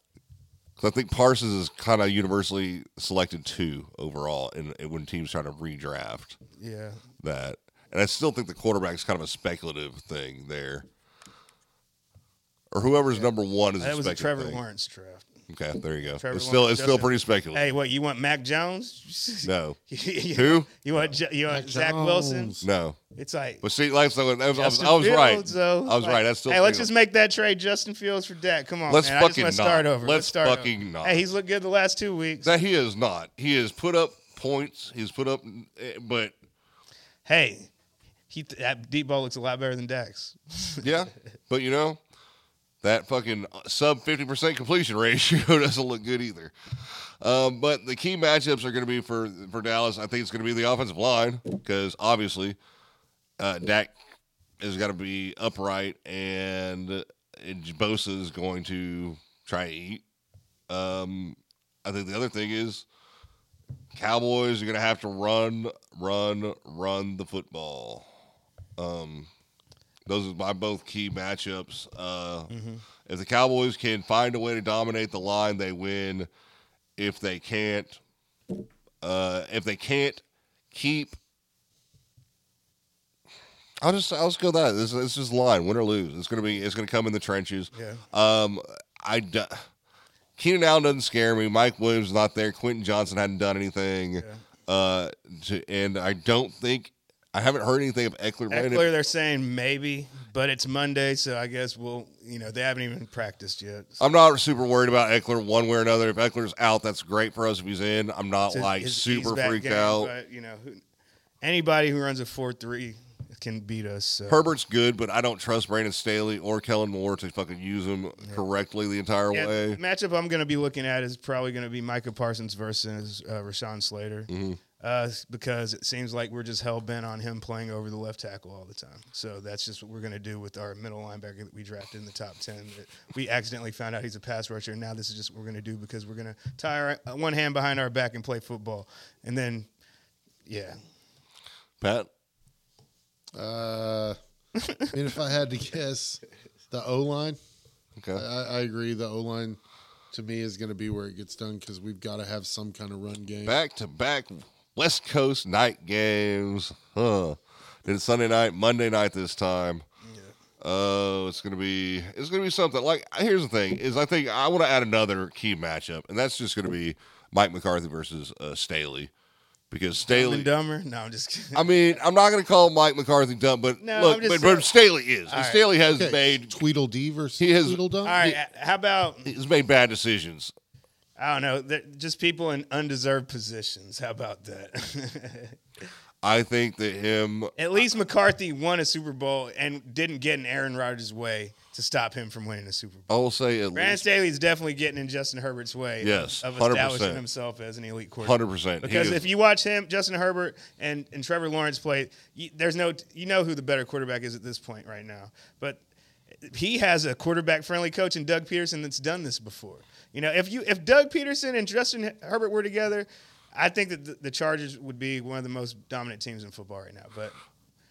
S1: 'Cause I think Parsons is kind of universally selected two overall, and when teams try to redraft
S2: Yeah,
S1: that, and I still think the quarterback's kind of a speculative thing there, or whoever's number one is.
S2: that was a
S1: speculative
S2: Trevor
S1: thing.
S2: Lawrence draft.
S1: Okay, there you go.
S2: Trevor
S1: it's still
S2: Lawrence,
S1: it's still
S2: Justin-
S1: pretty speculative.
S2: Hey, what you want, Mac Jones?
S1: No.
S2: you,
S1: Who?
S2: You want Ju- you want
S3: Mac
S2: Zach Wilson?
S3: Jones.
S1: No.
S2: It's like
S1: But see, like, so that was, I was,
S2: Justin
S1: I was right.
S2: Fields, though.
S1: I was
S2: Like,
S1: right. That's still.
S2: Hey, let's
S1: pretty-
S2: just make that trade, Justin Fields for Dak. Come on,
S1: Let's
S2: man. I just
S1: fucking
S2: want to start
S1: not.
S2: over.
S1: Let's
S2: start over.
S1: fucking not.
S2: Hey, he's looked good the last two weeks.
S1: that he is not. He has put up points. He's put up, eh, but
S2: hey, he that deep ball looks a lot better than Dak's.
S1: yeah. but you know, that fucking sub fifty percent completion ratio doesn't look good either. Um, but the key matchups are going to be for for Dallas. I think it's going to be the offensive line because obviously, uh, Dak has got to be upright, and uh, Bosa is going to try to eat. Um, I think the other thing is Cowboys are going to have to run, run, run the football. Um, those are my both key matchups. Uh, If the Cowboys can find a way to dominate the line, they win. If they can't, uh, if they can't keep, I'll just I'll just go that. This this is line win or lose. It's gonna be it's gonna come in the trenches.
S2: Yeah.
S1: Um, I do- Keenan Allen doesn't scare me. Mike Williams is not there. Quentin Johnson hadn't done anything. Uh, to, and I don't think I haven't heard anything of Eckler. right?
S2: Eckler, they're saying maybe, but it's Monday, so I guess we'll. You know, they haven't even practiced yet. So
S1: I'm not super worried about Eckler one way or another. If Eckler's out, that's great for us. If he's in, I'm not
S2: it's
S1: like
S2: his
S1: super
S2: ease-back
S1: freaked
S2: game,
S1: out.
S2: But you know, who, anybody who runs a four three can beat us. So.
S1: Herbert's good, but I don't trust Brandon Staley or Kellen Moore to fucking use him correctly the entire
S2: Yeah,
S1: way.
S2: the matchup I'm going to be looking at is probably going to be Micah Parsons versus uh, Rashawn Slater. Uh, because it seems like we're just hell bent on him playing over the left tackle all the time. So that's just what we're going to do with our middle linebacker that we drafted in the top 10. That We accidentally found out he's a pass rusher, and now this is just what we're going to do because we're going to tie our, uh, one hand behind our back and play football. And then, yeah.
S1: Pat,
S3: Uh, I mean, if I had to guess, the O line.
S1: okay,
S3: I, I agree. The O line to me is going to be where it gets done because we've got to have some kind of run game.
S1: back to back West Coast night games. Huh? Did Sunday night, Monday night this time. Oh, it's gonna be it's gonna be something. Like here's the thing: is I think I want to add another key matchup, and that's just gonna be Mike McCarthy versus uh, Staley, because
S2: Dumb
S1: Staley.
S2: and dumber? No, I'm just kidding.
S1: I mean, I'm not going to call Mike McCarthy dumb, but
S2: No,
S1: look,
S2: I'm
S1: but,
S2: just
S1: but
S2: saying-
S1: Staley is.
S2: All right.
S1: Staley has
S3: Okay,
S1: made
S3: Tweedledee versus
S1: He has-
S3: Tweedledum.
S2: All right. uh, How about,
S1: he's made bad decisions.
S2: I don't know, they're just people in undeserved positions. How about that?
S1: I think that him.
S2: At least McCarthy won a Super Bowl and didn't get in Aaron Rodgers' way to stop him from winning a Super Bowl.
S1: I will say at
S2: Brandon
S1: least
S2: Staley's definitely getting in Justin Herbert's way
S1: Yes,
S2: of
S1: 100%.
S2: establishing himself as an elite quarterback.
S1: hundred percent.
S2: Because if you watch him, Justin Herbert and, and Trevor Lawrence play, you, there's no you know who the better quarterback is at this point right now. But he has a quarterback friendly coach in Doug Peterson that's done this before. You know, if you if Doug Peterson and Justin Herbert were together, I think that the, the Chargers would be one of the most dominant teams in football right now. But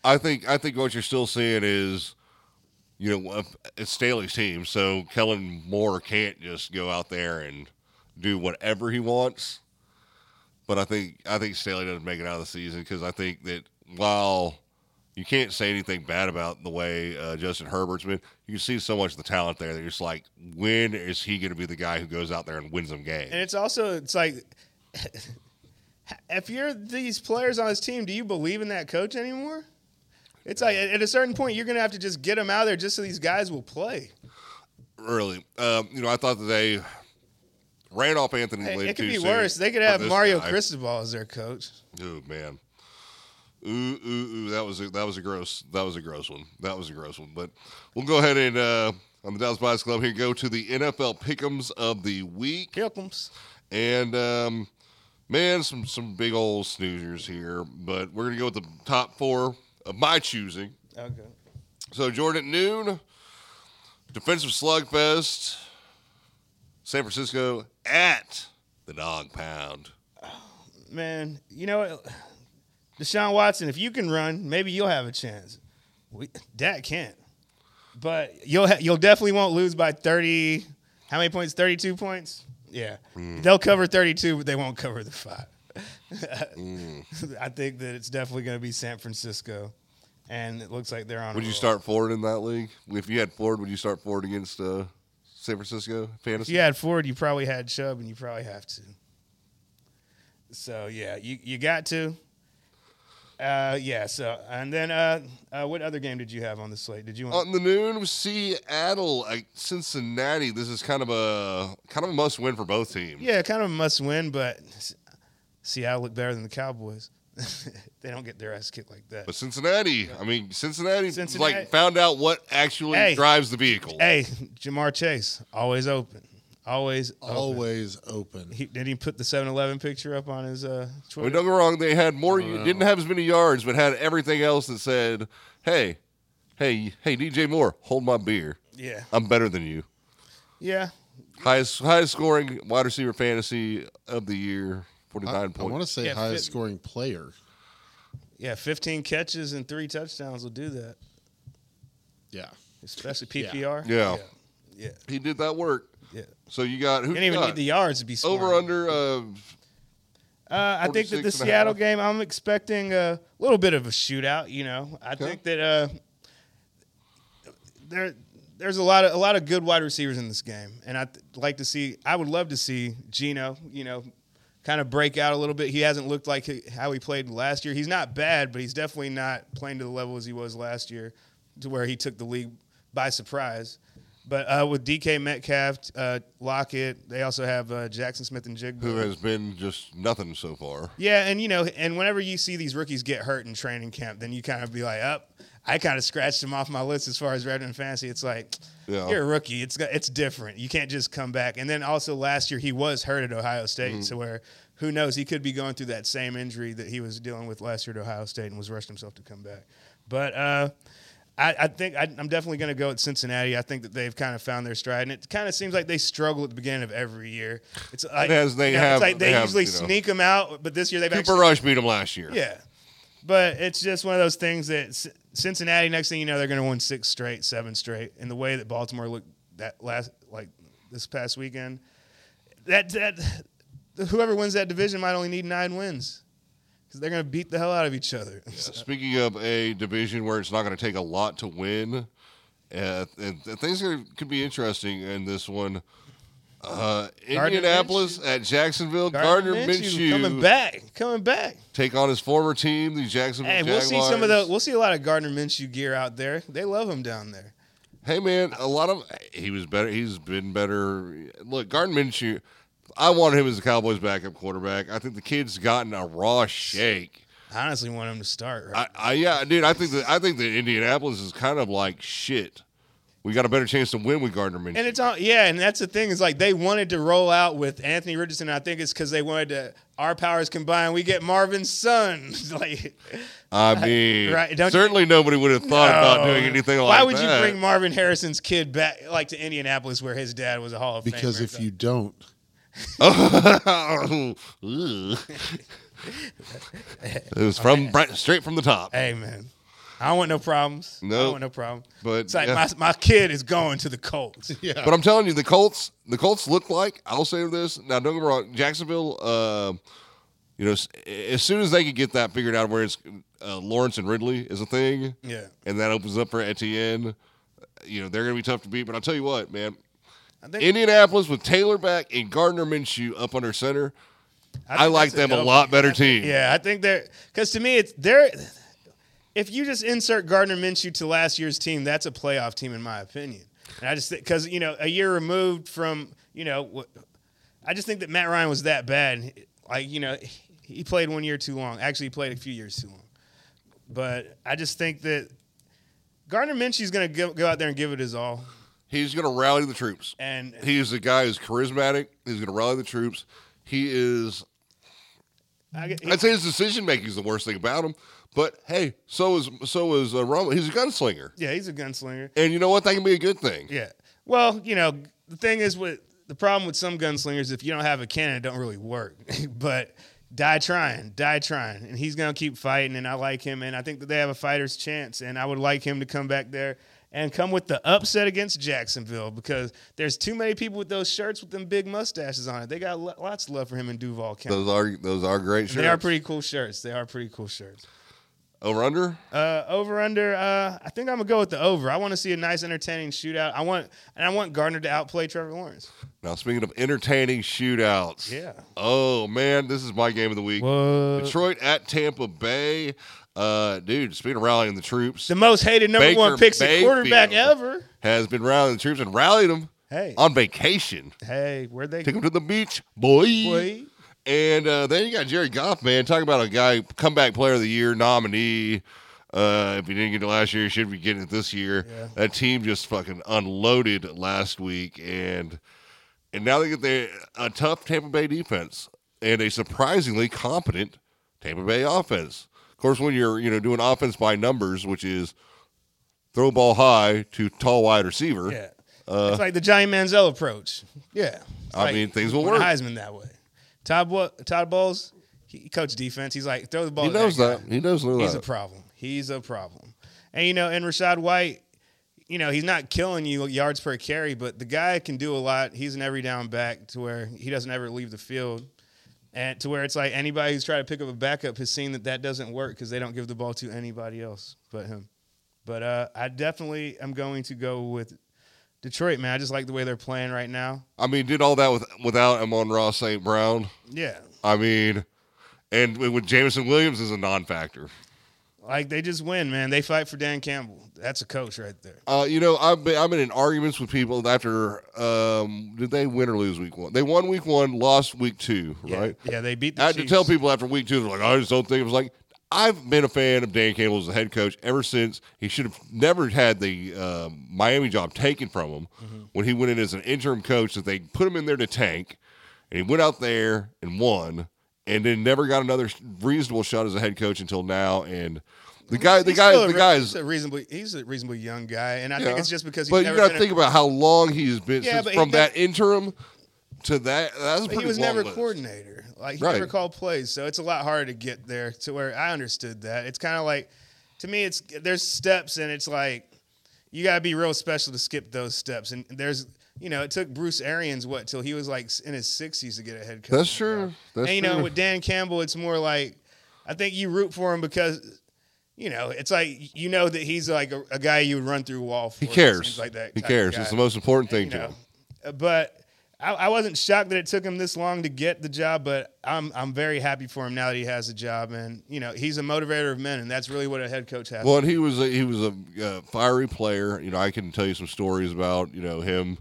S1: I think I think what you're still seeing is you know, uh, it's Staley's team, so Kellen Moore can't just go out there and do whatever he wants. But I think I think Staley doesn't make it out of the season because I think that while you can't say anything bad about the way uh, Justin Herbert's been, you can see so much of the talent there that you're just like, when is he going to be the guy who goes out there and wins them games?
S2: And it's also it's like if you're these players on his team, do you believe in that coach anymore? It's like at a certain point you're gonna have to just get them out of there just so these guys will play.
S1: Really, um, you know, I thought that they ran off Anthony.
S2: It,
S1: Lynn
S2: it could
S1: too
S2: be
S1: soon
S2: worse. They could
S1: for
S2: have
S1: this
S2: Mario
S1: guy.
S2: Cristobal as their coach.
S1: Oh man. Ooh, ooh, ooh! That was a, that was a gross that was a gross one. That was a gross one. But we'll go ahead and uh, on the Dallas Bias Club here go to the NFL pickums of the week,
S2: Here comes.
S1: and um, man, some some big old snoozers here. But we're gonna go with the top four of my choosing.
S2: Okay.
S1: So Jordan at noon, defensive slugfest, San Francisco at the Dog Pound.
S2: Man, you know what? Deshaun Watson, if you can run, maybe you'll have a chance. We, Dak can't. But you'll ha- you'll definitely won't lose by 30 how many points? 32 points? Yeah. They'll cover 32, but they won't cover the 5. I think that it's definitely going to be San Francisco. And it looks like they're on a
S1: Would you
S2: roll.
S1: start Ford in that league? If you had Ford, would you start Ford against uh, San Francisco
S2: If
S1: fantasy?
S2: you had Ford, you probably had Chubb, and you probably have to. So yeah, you you got to. Uh, yeah. So and then uh, uh, what other game did you have on the slate? Did you want?
S1: On the noon, we see Seattle at Cincinnati. This is kind of a kind of a must win for both teams.
S2: yeah, kind of a must win, but S- Seattle look better than the Cowboys. they don't get their ass kicked like that.
S1: But Cincinnati, I mean, Cincinnati,
S2: Cincinnati-
S1: like found out what actually
S2: Hey.
S1: drives the vehicle.
S2: hey, Jamar Chase always open, always open.
S3: Always open.
S2: He, did he put the 7-Eleven picture up on his uh,
S1: I mean,
S2: Twitter?
S1: don't get me wrong; they had more, didn't have as many yards, but had everything else that said, "Hey, hey, hey, DJ Moore, hold my beer.
S2: yeah,
S1: I'm better than you."
S2: yeah.
S1: Highest highest scoring wide receiver fantasy of the year, forty
S3: I,
S1: nine
S3: I want to
S1: points.
S3: say
S2: Yeah,
S3: highest
S2: fit-
S3: scoring player.
S2: Yeah, 15 catches and three touchdowns will do that,
S3: Yeah.
S2: especially
S3: Yeah.
S2: PPR.
S1: Yeah.
S2: Yeah.
S1: He did that work.
S2: Yeah.
S1: So you got who
S2: You didn't
S1: you
S2: even
S1: got?
S2: need the yards to be scoring.
S1: over under. Uh,
S2: Uh, I think that the
S1: 46 and a
S2: Seattle
S1: half.
S2: game, I'm expecting a little bit of a shootout. You know, I think that uh, there there's a lot of a lot of good wide receivers in this game, and I would like to see. I would love to see Gino. You know, kind of break out a little bit. He hasn't looked like he, how he played last year. He's not bad, but he's definitely not playing to the level as he was last year, to where he took the league by surprise. But uh, with DK Metcalf, uh, Lockett, they also have uh, Jackson Smith and Jigba.
S1: who has been just nothing so far?
S2: Yeah, and you know, and whenever you see these rookies get hurt in training camp, then you kind of be like, up. I kind of scratched them off my list as far as Redmond fantasy. It's like,
S1: Yeah.
S2: you're a rookie. It's it's different. You can't just come back. And then also last year he was hurt at Ohio State,
S1: Mm-hmm.
S2: so where who knows he could be going through that same injury that he was dealing with last year at Ohio State and was rushing himself to come back. But uh, I, I think I, I'm definitely going to go at Cincinnati. I think that they've kind of found their stride, and it kind of seems like they struggle at the beginning of every year. It's like,
S1: As they
S2: you know,
S1: have-
S2: it's like they,
S1: they have,
S2: usually
S1: you know.
S2: sneak them out, but this year they've
S1: Cooper
S2: actually
S1: Rush beat him last year.
S2: yeah. But it's just one of those things that C- Cincinnati, next thing you know, they're going to win six straight, seven straight. And the way that Baltimore looked that last, like this past weekend, that, that, whoever wins that division might only need nine wins because they're going to beat the hell out of each other.
S1: Speaking of a division where it's not going to take a lot to win, uh, and, and things are, could be interesting in this one. Uh,
S2: Gardner
S1: Indianapolis at Jacksonville. Gardner,
S2: Gardner Minshew
S1: Minshew,
S2: coming back, coming back.
S1: take on his former team, the Jacksonville
S2: Hey, we'll
S1: Jaguars.
S2: see some of the, we'll see a lot of Gardner Minshew gear out there. They love him down there.
S1: Hey man, a lot of he was better. He's been better. Look, Gardner Minshew. I wanted him as the Cowboys' backup quarterback. I think the kid's gotten a raw shake.
S2: I honestly want him to start. Right?
S1: I, I yeah, dude. I think that I think that Indianapolis is kind of like shit. We got a better chance to win with Gardner Minshew.
S2: And it's all yeah, and that's the thing is like they wanted to roll out with Anthony Richardson. I think it's because they wanted to our powers combined. We get Marvin's son. like,
S1: I mean,
S2: Right, don't you-
S1: certainly nobody would have thought about
S2: no.
S1: doing anything like that.
S2: oh. Why would you bring Marvin Harrison's kid back like to Indianapolis where his dad was a Hall of Famer?
S3: Because if you don't,
S1: it was from right- straight from the top.
S2: hey man, I don't want no problems. I
S1: Nope.
S2: don't want no problem.
S1: But,
S2: it's like
S1: yeah.
S2: my, my kid is going to the Colts.
S3: Yeah.
S1: But I'm telling you, the Colts, the Colts look like. I'll say this now. Don't get me wrong, Jacksonville. Uh, you know, s- as soon as they could get that figured out, where it's uh, Lawrence and Ridley is a thing,
S2: yeah.
S1: and that opens up for Etienne. You know, they're going to be tough to beat. But I'll tell you what, man,
S2: I think,
S1: Indianapolis with Taylor back and Gardner Minshew up under center,
S2: think
S1: I, like
S2: that's
S1: them a
S2: double.
S1: lot better team.
S2: Yeah, I think they're because to me it's they're if you just insert Gardner Minshew to last year's team, that's a playoff team in my opinion. And I just because you know a year removed from you know, what- I just think that Matt Ryan was that bad. Like you know, he played one year too long. Actually, he played a few years too long. But I just think that Gardner Minshew's going to go, go out there and give it his all.
S1: He's going to rally the troops.
S2: And
S1: He's a guy who's charismatic. He's going to rally the troops. He is
S2: I, get-
S1: I'd say his decision making is the worst thing about him. But hey, so is so is uh, Romo. He's a gunslinger,
S2: yeah, he's a gunslinger.
S1: and you know what? That can be a good thing.
S2: Yeah. Well, you know, the thing is with the problem with some gunslingers, if you don't have a cannon, it don't really work. but die trying, die trying, and he's gonna keep fighting. And I like him, and I think that they have a fighter's chance. And I would like him to come back there and come with the upset against Jacksonville because there's too many people with those shirts with them big mustaches on it. They got lo- lots of love for him in Duval County.
S1: Those are those are great shirts.
S2: They are pretty cool shirts. They are pretty cool shirts.
S1: over under.
S2: Uh, over under. Uh, I think I'm gonna go with the over. I want to see a nice, entertaining shootout. I want and I want Gardner to outplay Trevor Lawrence.
S1: Now speaking of entertaining shootouts,
S2: Yeah.
S1: Oh man, this is my game of the week.
S2: What?
S1: Detroit at Tampa Bay. Uh, dude, speaking of rallying the troops,
S2: The most hated number
S1: Baker
S2: one picks at
S1: Mayfield.
S2: quarterback ever.
S1: has been rallying the troops and rallied them
S2: Hey,
S1: on vacation.
S2: hey, where'd they
S1: Take
S2: go?
S1: them to the beach, boy.
S2: Boy.
S1: And uh, then you got Jerry Goff, man. Talk about a guy comeback player of the year nominee. Uh, if you didn't get it last year, you should be getting it this year.
S2: Yeah.
S1: That team just fucking unloaded last week, and and now they get the, a tough Tampa Bay defense and a surprisingly competent Tampa Bay offense. Of course, when you're you know doing offense by numbers, which is throw ball high to tall wide receiver,
S2: Yeah, it's like the Johnny Manziel approach. Yeah, It's
S1: Uh, I
S2: like
S1: mean, things will
S2: when
S1: work.
S2: Heisman that way. Todd what? Todd Bowles, he he coached defense. He's like throw the ball.
S1: he
S2: to
S1: knows
S2: Oh, guy.
S1: that. He knows that.
S2: He's a problem. He's a problem. And you know, and Rashad White, you know, he's not killing you yards per carry, but the guy can do a lot. He's an every down back to where he doesn't ever leave the field. And to where it's like anybody who's trying to pick up a backup has seen that that doesn't work because they don't give the ball to anybody else but him. But uh, I definitely am going to go with Detroit, man. I just like the way they're playing right now.
S1: I mean, did all that with, without Amon Ross St. Brown.
S2: Yeah.
S1: I mean, and with Jameson Williams is a non-factor.
S2: Like they just win, man. They fight for Dan Campbell. That's a coach right there.
S1: Uh, you know, I've been, I've been in arguments with people after. Um, did they win or lose week one? They won week one, lost week two,
S2: Yeah.
S1: right?
S2: Yeah, they beat the
S1: I had to
S2: Chiefs.
S1: tell people after week two, they're like, I just don't think it was like. I've been a fan of Dan Campbell as a head coach ever since he should have never had the um Miami job taken from him
S2: Mm-hmm.
S1: when he went in as an interim coach that they put him in there to tank, and he went out there and won, and then never got another reasonable shot as a head coach until now. And the guy, the
S2: Mm-hmm. He's
S1: guy,
S2: still a
S1: the
S2: re-
S1: guy
S2: he's
S1: is.
S2: a reasonably he's a reasonably young guy, and I think
S1: yeah.
S2: it's just because he's
S1: but you
S2: never
S1: got to
S2: been
S1: think about how long he's been
S2: Yeah,
S1: since
S2: but he
S1: from that
S2: never-
S1: interim to that. That's a
S2: a,
S1: pretty
S2: he was
S1: long
S2: never a
S1: list.
S2: coordinator. Like he
S1: Right.
S2: never called plays, so it's a lot harder to get there to where I understood that. It's kind of like to me, it's there's steps, and it's like you got to be real special to skip those steps. And there's you know, it took Bruce Arians what till he was like in his sixties to get a head coach.
S1: That's true. That's
S2: and you
S1: true.
S2: know, with Dan Campbell, it's more like I think you root for him because you know it's like you know that he's like a, a guy you would run through a wall for.
S1: He
S2: it
S1: cares.
S2: seems Like that.
S1: he
S2: type of
S1: cares.
S2: guy.
S1: It's the most important thing
S2: You
S1: to
S2: know,
S1: him.
S2: uh, But I, I wasn't shocked that it took him this long to get the job. But I'm I'm very happy for him now that he has the job, and you know he's a motivator of men, and that's really what a head coach has.
S1: Well, and he was a, he was a uh, fiery player. You know, I can tell you some stories about you know him,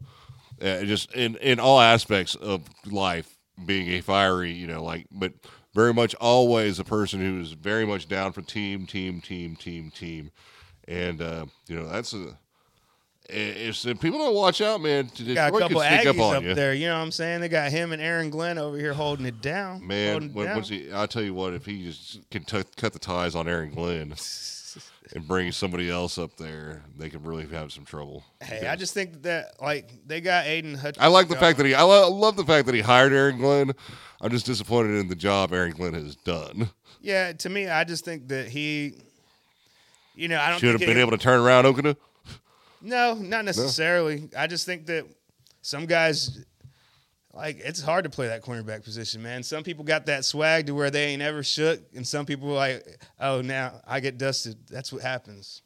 S1: uh, just in in all aspects of life, being a fiery. You know, like but very much always a person who is very much down for team, team, team, team, team, and uh, you know that's a. If, if people don't watch out, man, Detroit
S2: got a
S1: can
S2: couple
S1: sneak up
S2: Aggies
S1: on
S2: up,
S1: you.
S2: there, you know what I'm saying? They got him and Aaron Glenn over here holding it down. holding
S1: Man,
S2: it
S1: when,
S2: down.
S1: once he, I tell you what, if he just can t- cut the ties on Aaron Glenn and bring somebody else up there, they could really have some trouble.
S2: Hey, I just think that like they got Aiden Hutchinson.
S1: I like the fact that he, I lo- love the fact that he hired Aaron Glenn. I'm just disappointed in the job Aaron Glenn has done.
S2: Yeah, to me, I just think that he you know, I don't
S1: Should have
S2: think
S1: been
S2: it-
S1: able to turn around Okada.
S2: No, not necessarily. I just think that some guys like it's hard to play that cornerback position, man. Some people got that swag to where they ain't ever shook, and some people were like, "Oh, now I get dusted." That's what happens,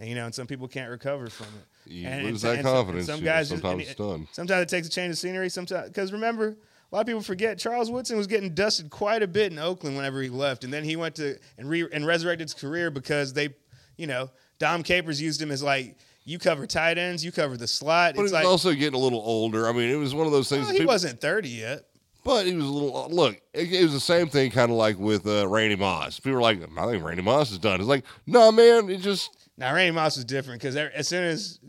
S2: and you know, and some people can't recover from it.
S1: You
S2: and,
S1: lose
S2: and-
S1: that
S2: and some- and
S1: confidence.
S2: Some
S1: you-
S2: guys just-
S1: sometimes
S2: and
S1: it's
S2: it-
S1: done.
S2: Sometimes it takes a change of scenery. Sometimes, because remember, a lot of people forget Charles Woodson was getting dusted quite a bit in Oakland whenever he left, and then he went to and re and resurrected his career because they, you know, Dom Capers used him as like you cover tight ends, you cover the slot.
S1: But
S2: it's
S1: he's
S2: like
S1: also getting a little older. I mean, it was one of those things.
S2: well,
S1: that
S2: he
S1: people-
S2: wasn't thirty yet.
S1: But he was a little look. It, it was the same thing, kind of like with uh, Randy Moss. People were like, "I think Randy Moss is done." It's like, no, man. It just
S2: Now Randy Moss was different because as soon as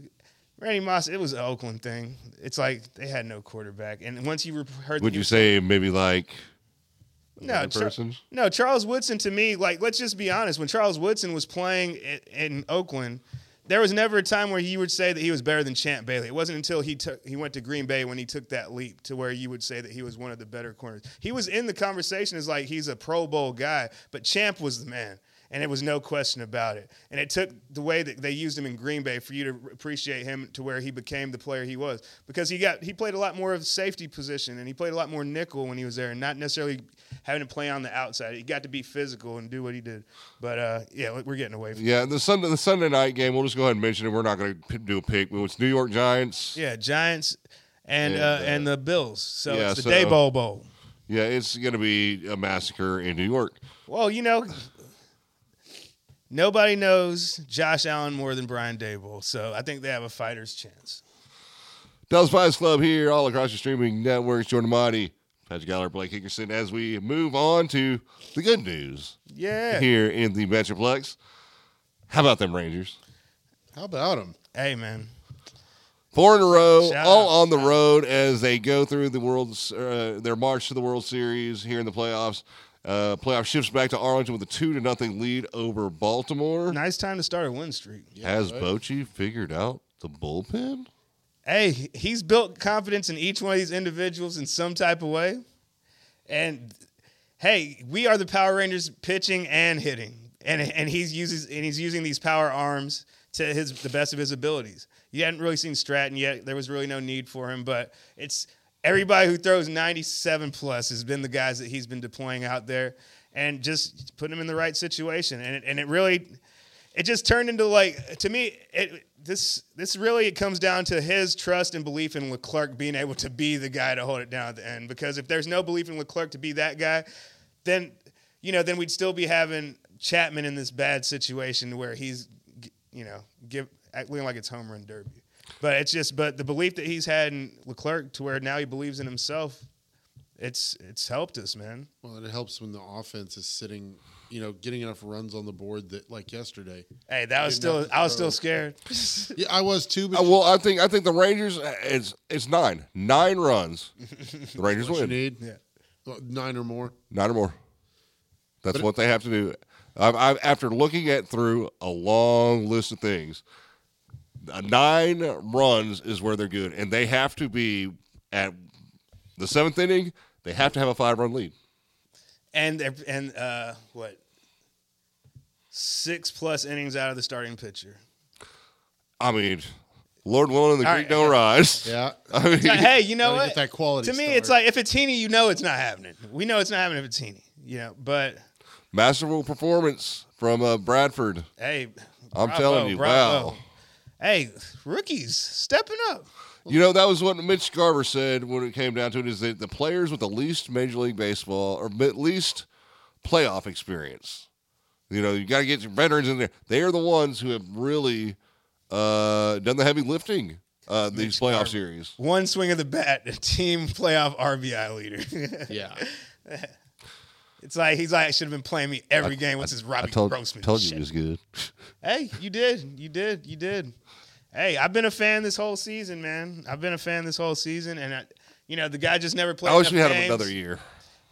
S2: Randy Moss, it was an Oakland thing. It's like they had no quarterback, and once you re- heard,
S1: would
S2: that
S1: you
S2: he-
S1: say maybe like
S2: no
S1: another
S2: Char-
S1: person?
S2: No, Charles Woodson to me, like, let's just be honest. When Charles Woodson was playing in, in Oakland, there was never a time where he would say that he was better than Champ Bailey. It wasn't until he took he went to Green Bay when he took that leap to where you would say that he was one of the better corners. He was in the conversation as like he's a Pro Bowl guy, but Champ was the man. And it was no question about it. And it took the way that they used him in Green Bay for you to appreciate him to where he became the player he was. Because he got he played a lot more of safety position and he played a lot more nickel when he was there and not necessarily having to play on the outside. He got to be physical and do what he did. But uh, yeah, we're getting away from
S1: Yeah, the Sunday the Sunday night game. We'll just go ahead and mention it. We're not going to do a pick. It's New York Giants.
S2: yeah Giants and
S1: And,
S2: uh,
S1: uh,
S2: and the Bills. So
S1: yeah,
S2: it's the
S1: so-
S2: Day Bowl Bowl.
S1: Yeah, it's going to be a massacre in New York.
S2: Well, you know, nobody knows Josh Allen more than Brian Dable, so I think they have a fighter's chance.
S1: Dallas Bias Club here, all across your streaming networks. Jordan Amati, Patrick Gallagher, Blake Hickerson. As we move on to the good news
S2: Yeah.
S1: here in the Metroplex, how about them Rangers?
S3: How about him?
S2: Hey, man.
S1: Four in a row,
S2: Shout
S1: all
S2: out,
S1: on the road as they go through the world's uh, their march to the World Series here in the playoffs. Uh, playoff shifts back to Arlington with a two to nothing lead over Baltimore.
S2: Nice time to start a win streak.
S1: Has
S3: right.
S1: Bochy figured out the bullpen?
S2: Hey, he's built confidence in each one of these individuals in some type of way. And hey, we are the Power Rangers pitching and hitting. And and he's uses and he's using these power arms to his the best of his abilities. You hadn't really seen Stratton yet. There was really no need for him, but it's everybody who throws 97 plus has been the guys that he's been deploying out there and just putting them in the right situation. And it, and it really it just turned into like to me it this this really it comes down to his trust and belief in Leclerc being able to be the guy to hold it down at the end because if there's no belief in Leclerc to be that guy then you know then we'd still be having Chapman in this bad situation where he's you know give acting like it's home run derby but it's just but the belief that he's had in Leclerc to where now he believes in himself it's it's helped us man
S3: Well, it helps when the offense is sitting, you know, getting enough runs on the board that, like yesterday.
S2: hey that was still
S3: Didn't have to
S2: I was still
S3: throw.
S2: scared
S3: Yeah, I was too,
S1: Uh,
S3: but
S1: well, I think I think the Rangers. uh, It's it's nine, nine runs. The Rangers
S3: what you
S1: win
S3: need
S2: yeah
S3: Well, nine or more.
S1: nine or more. That's what they have to do. I've, I've, after looking at through a long list of things, uh, nine runs is where they're good, and they have to be at the seventh inning. They have to have a five run lead.
S2: and ev- and uh, what six plus innings out of the starting pitcher.
S1: I mean, Lord willing, the
S2: All
S1: creek
S2: right,
S1: don't rise.
S3: Yeah,
S1: I mean,
S2: It's like, hey, you know
S3: Gotta
S2: what?
S3: get that quality
S2: to me,
S3: start.
S2: it's like if it's Heaney, you know it's not happening. We know it's not happening if it's Heaney. You know, but
S1: masterful performance from uh, Bradford.
S2: hey,
S1: I'm
S2: bravo,
S1: telling you,
S2: bravo.
S1: wow.
S2: Hey, rookies stepping up.
S1: You know, that was what Mitch Garver said when it came down to it is that the players with the least Major League Baseball or at least playoff experience, you know, you got to get your veterans in there. They are the ones who have really uh, done the heavy lifting uh, these playoff
S2: Garver.
S1: series.
S2: One swing of the bat, a team playoff RBI leader.
S3: yeah.
S2: it's like he's like should have been playing me every game. What's his Robbie Grossman? shit.
S1: good.
S2: Hey, you did. You did. You did. Hey, I've been a fan this whole season, man. I've been a fan this whole season, and I, you know the guy just never played.
S1: I wish
S2: enough
S1: we had
S2: games.
S1: him another year.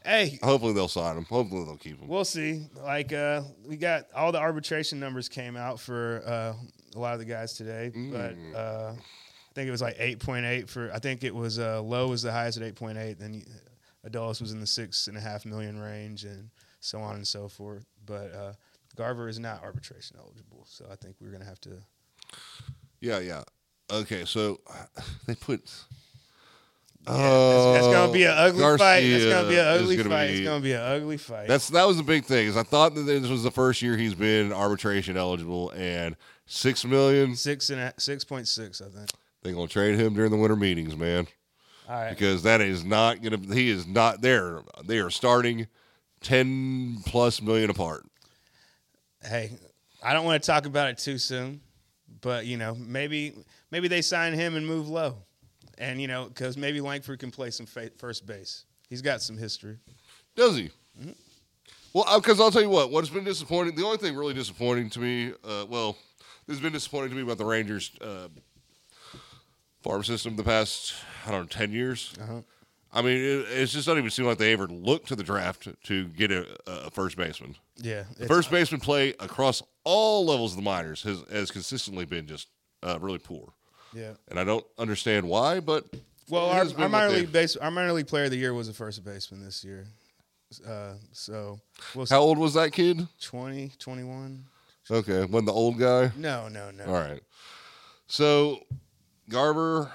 S2: Hey,
S1: Hopefully they'll sign him. Hopefully they'll keep him.
S2: we'll see. Like uh, we got all the arbitration numbers came out for uh, a lot of the guys today,
S1: Mm.
S2: but uh, I think it was like eight point eight for. I think it was uh, low was the highest at eight point eight. Then you- Adolis was in the six and a half million range, and so on and so forth. But uh, Garver is not arbitration eligible, so I think we're gonna have to.
S1: Yeah, yeah. Okay, so they put.
S2: Yeah, that's, that's gonna be an
S1: Oh,
S2: ugly fight. That's gonna be an
S1: Garcia is
S2: ugly
S1: gonna
S2: fight.
S1: be-
S2: it's gonna be an ugly fight.
S1: That's that was the big thing. Is I thought that this was the first year he's been arbitration eligible, and six million
S2: six and a, six point six, I think.
S1: they gonna trade him during the winter meetings, man,
S2: All right.
S1: because that is not gonna. He is not there. They are starting ten plus million apart.
S2: hey, I don't want to talk about it too soon, but you know, maybe maybe they sign him and move low, and you know, because maybe Langford can play some fa- first base. He's got some history.
S1: Does he? Mm-hmm. Well, because I'll tell you what. What's been disappointing? The only thing really disappointing to me, uh, well, this has been disappointing to me about the Rangers uh, farm system the past I don't know ten years.
S2: Uh-huh.
S1: I mean, it, it's just not even seem like they ever looked to the draft to get a, a first baseman.
S2: Yeah,
S1: The first baseman play across all levels of the minors has has consistently been just uh, really poor,
S2: yeah.
S1: and I don't understand why. But
S2: Well,
S1: it
S2: our,
S1: has been
S2: our
S1: what
S2: minor
S1: they-
S2: league base, our minor league player of the year was a first baseman this year. Uh, so we'll
S1: how old was that kid?
S2: 20, 21?
S1: Okay, wasn't the old guy?
S2: No, no, no.
S1: All right. So Garber,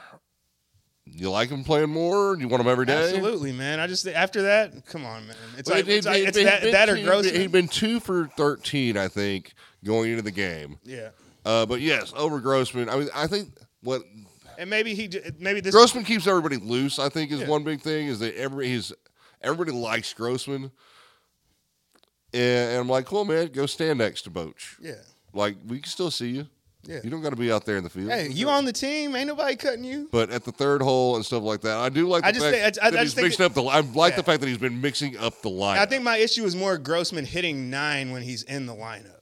S1: you like him playing more? Do you want him every day?
S2: Absolutely, man. I just think after that, come on, man. It's
S1: Well,
S2: like,
S1: he'd-
S2: it's, like,
S1: he'd-
S2: it's
S1: he'd
S2: that,
S1: been
S2: that or
S1: two-
S2: Grossman.
S1: He'd been two for thirteen, I think, going into the game.
S2: yeah,
S1: Uh, but yes, over Grossman. I mean, I think what
S2: and maybe he j- maybe this
S1: Grossman keeps everybody loose. I think is
S2: Yeah.
S1: one big thing is that every he's everybody likes Grossman, and, and I'm like, cool, man, go stand next to Boch.
S2: yeah
S1: Like we can still see you.
S2: yeah.
S1: You don't got to be out there in the field.
S2: Hey, you on the team? Ain't nobody cutting you.
S1: but at the third hole and stuff like that, I do like. The
S2: I just
S1: fact
S2: think- I- I
S1: that
S2: just
S1: he's
S2: think
S1: mixing up the. I like
S2: Yeah.
S1: the fact that he's been mixing up the lineup.
S2: I think my issue is more Grossman hitting nine when he's in the lineup.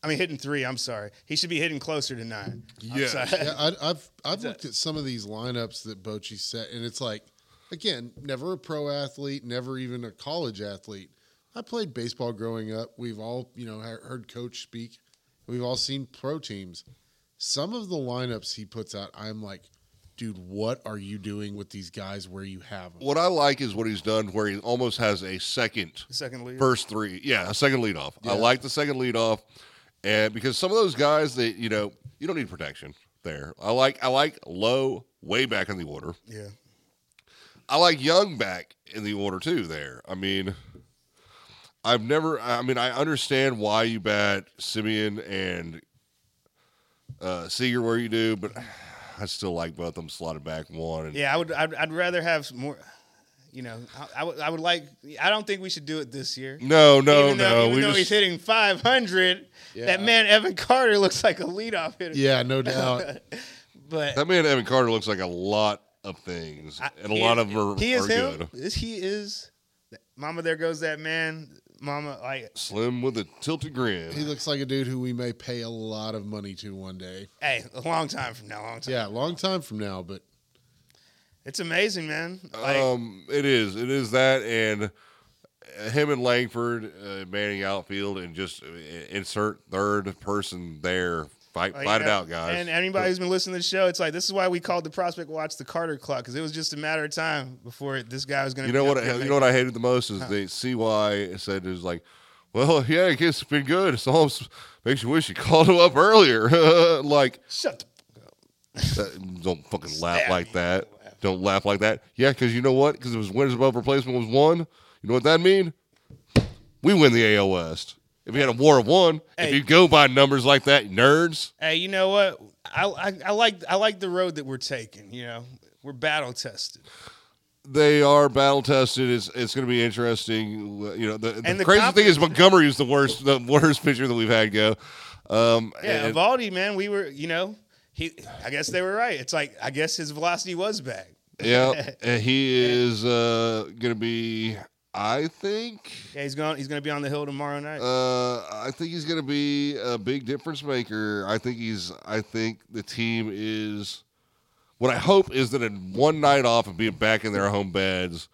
S2: I mean, hitting three. I'm sorry. He should be hitting closer to nine. I'm
S1: Yes.
S2: sorry.
S3: yeah, I, I've I've looked at some of these lineups that Bochy set, and it's like, again, never a pro athlete, never even a college athlete. I played baseball growing up. We've all, you know, he- heard coach speak. We've all seen pro teams. Some of the lineups he puts out, I'm like, dude, what are you doing with these guys where you have them?
S1: what I like is what he's done, where he almost has a second
S2: Second leader.
S1: first three. Yeah, a second leadoff. I
S3: Yeah.
S1: like the second leadoff, and because some of those guys that you know you don't need protection there. I like I like low way back in the order.
S2: Yeah.
S1: I like Young back in the order too. There, I mean, I've never. I mean, I understand why you bat Simeon and uh, Seager where you do, but I still like both of them slotted back one. And
S2: Yeah. I would. I'd, I'd rather have more. You know, I, I would. I would like. I don't think we should do it this year.
S1: No, no,
S2: even though,
S1: no.
S2: Even
S1: we
S2: though
S1: just,
S2: he's hitting 500, that man Evan Carter looks like a leadoff hitter.
S3: Yeah, no doubt.
S2: But
S1: that man Evan Carter looks like a lot of things,
S2: I-
S1: and a
S2: he
S1: lot
S2: is-
S1: of them are,
S2: he is
S1: are
S2: him.
S1: good.
S2: Is he is Mama? There goes that man. Mama, like,
S1: Slim with a tilted grin.
S3: He looks like a dude who we may pay a lot of money to one day.
S2: hey, a long time from now, long time.
S3: Yeah, long time from now, but
S2: It's amazing, man. Like,
S1: Um, it is. It is that, and him and Langford uh, manning outfield, and just uh, insert third person there. Fight,
S2: like,
S1: fight
S2: you
S1: it
S2: know,
S1: out, guys.
S2: And anybody who's been listening to the show, it's like this is why we called the prospect watch the Carter clock because it was just a matter of time before this guy was going to.
S1: you know what? I, you know what I hated the most is the CY said it was like, well, yeah, I guess it's been good. It's almost makes you wish you called him up earlier. like,
S2: Shut. The,
S1: that-
S2: fuck up.
S1: Uh, don't fucking laugh
S2: Stab
S1: like
S2: you.
S1: that. Don't laugh like that. Yeah, because you know what? Because it was winners above replacement was one. You know what that mean? We win the AL West. If you had a war of one, if
S2: Hey.
S1: you go by numbers like that, nerds.
S2: hey, you know what? I, I I like I like the road that we're taking. You know, we're battle tested.
S1: They are battle tested. It's it's going to be interesting. You know, the, the,
S2: And the
S1: crazy
S2: comp-
S1: thing is Montgomery is the worst the worst pitcher that we've had go. Um,
S2: Yeah,
S1: and-
S2: Evaldi, man, we were, you know, he. I guess they were right. It's like I guess his velocity was back.
S1: yeah, and he is uh, going to be. I think
S2: Yeah, he's going. He's going to be on the hill tomorrow night.
S1: Uh, I think he's going to be a big difference maker. I think he's. I think the team is. What I hope is that in one night off of being back in their home beds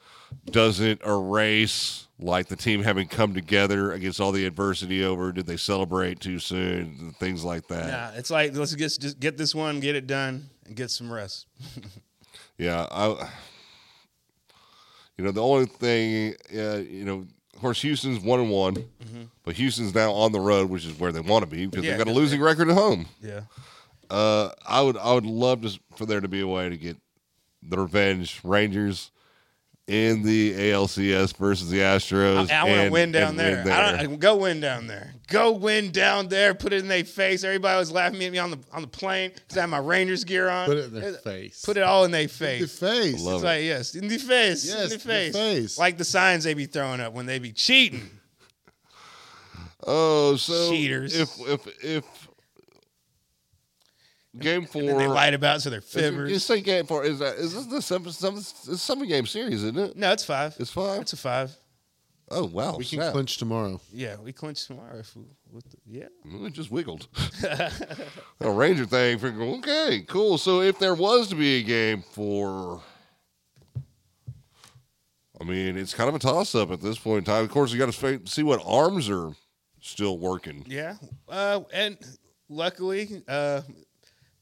S1: doesn't erase like the team having come together against all the adversity over. Did they celebrate too soon? and Things like that.
S2: nah, it's like let's just just get this one, get it done, and get some rest.
S1: Yeah, I. You know, the only thing, uh, you know, of course, Houston's one and one, but Houston's now on the road, which is where they want to be because
S2: Mm-hmm. Yeah,
S1: they've got a
S2: 'cause
S1: losing record at home.
S2: Yeah.
S1: Uh, I would I would love to, for there to be a way to get the revenge Rangers in the ALCS versus the Astros.
S2: I want to
S1: and-
S2: win down
S1: and
S2: there.
S1: win
S2: I don't, go win down there. Go win down there. Put it in their face. Everybody was laughing at me on the on the plane because I had my Rangers gear on.
S3: Put it in their face.
S2: Put it all in their
S3: in the
S2: face.
S3: face.
S1: Love
S2: It's like yes, in the face.
S3: Yes,
S2: in the
S3: in their
S2: face.
S3: face.
S2: Like the signs they be throwing up when they be cheating.
S1: oh, so
S2: Cheaters.
S1: If if if game four.
S2: And then they lied about it, so they're
S1: is it-
S2: fibbers.
S1: It's like game four. Is that is this the seven, seven, it's seven game series, isn't it?
S2: No, it's five.
S1: It's five.
S2: It's a five.
S1: oh wow,
S3: we can
S1: snap.
S3: clinch tomorrow.
S2: Yeah, we clinch tomorrow. If we, with the, yeah.
S1: Mm, It just wiggled. a Ranger thing. For, okay, cool. So if there was to be a game for, I mean, it's kind of a toss up at this point in time. Of course, you got to see what arms are still working.
S2: Yeah. Uh, and luckily, uh,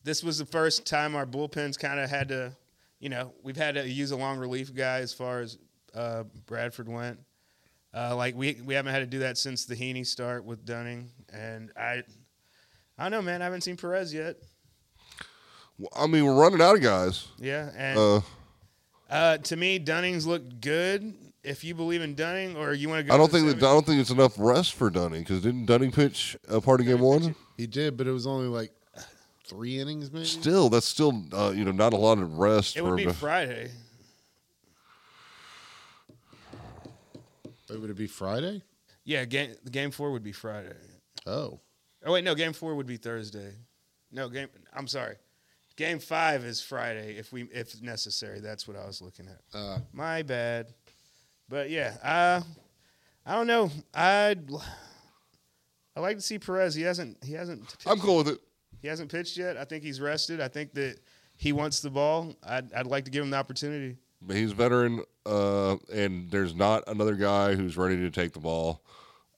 S2: this was the first time our bullpens kind of had to, you know, we've had to use a long relief guy as far as uh, Bradford went. Uh, like we we haven't had to do that since the Heaney start with Dunning, and I, I don't know, man. I haven't seen Perez yet.
S1: Well, I mean, we're running out of guys.
S2: Yeah, and uh,
S1: Uh,
S2: to me, Dunning's looked good. If you believe in Dunning, or you want to go,
S1: I
S2: to
S1: don't
S2: the
S1: think that I
S2: seven-
S1: don't think it's enough rest for Dunning because didn't Dunning pitch a part of game one?
S3: He did, but it was only like three innings, maybe.
S1: Still, that's still uh, you know not a lot of rest.
S2: it
S1: for
S2: would be
S1: a-
S2: Friday.
S3: Wait, would it be Friday?
S2: Yeah, game game four would be Friday.
S3: Oh,
S2: Oh wait, no. Game four would be Thursday. No game. I'm sorry. Game five is Friday if we if necessary. That's what I was looking at.
S3: uh,
S2: My bad. But yeah, uh, I don't know. I'd I like to see Perez. He hasn't he hasn't pitched,
S1: I'm cool with it.
S2: he hasn't pitched yet. I think he's rested. I think that he wants the ball. I'd I'd like to give him the opportunity.
S1: But he's a veteran, uh, and there's not another guy who's ready to take the ball.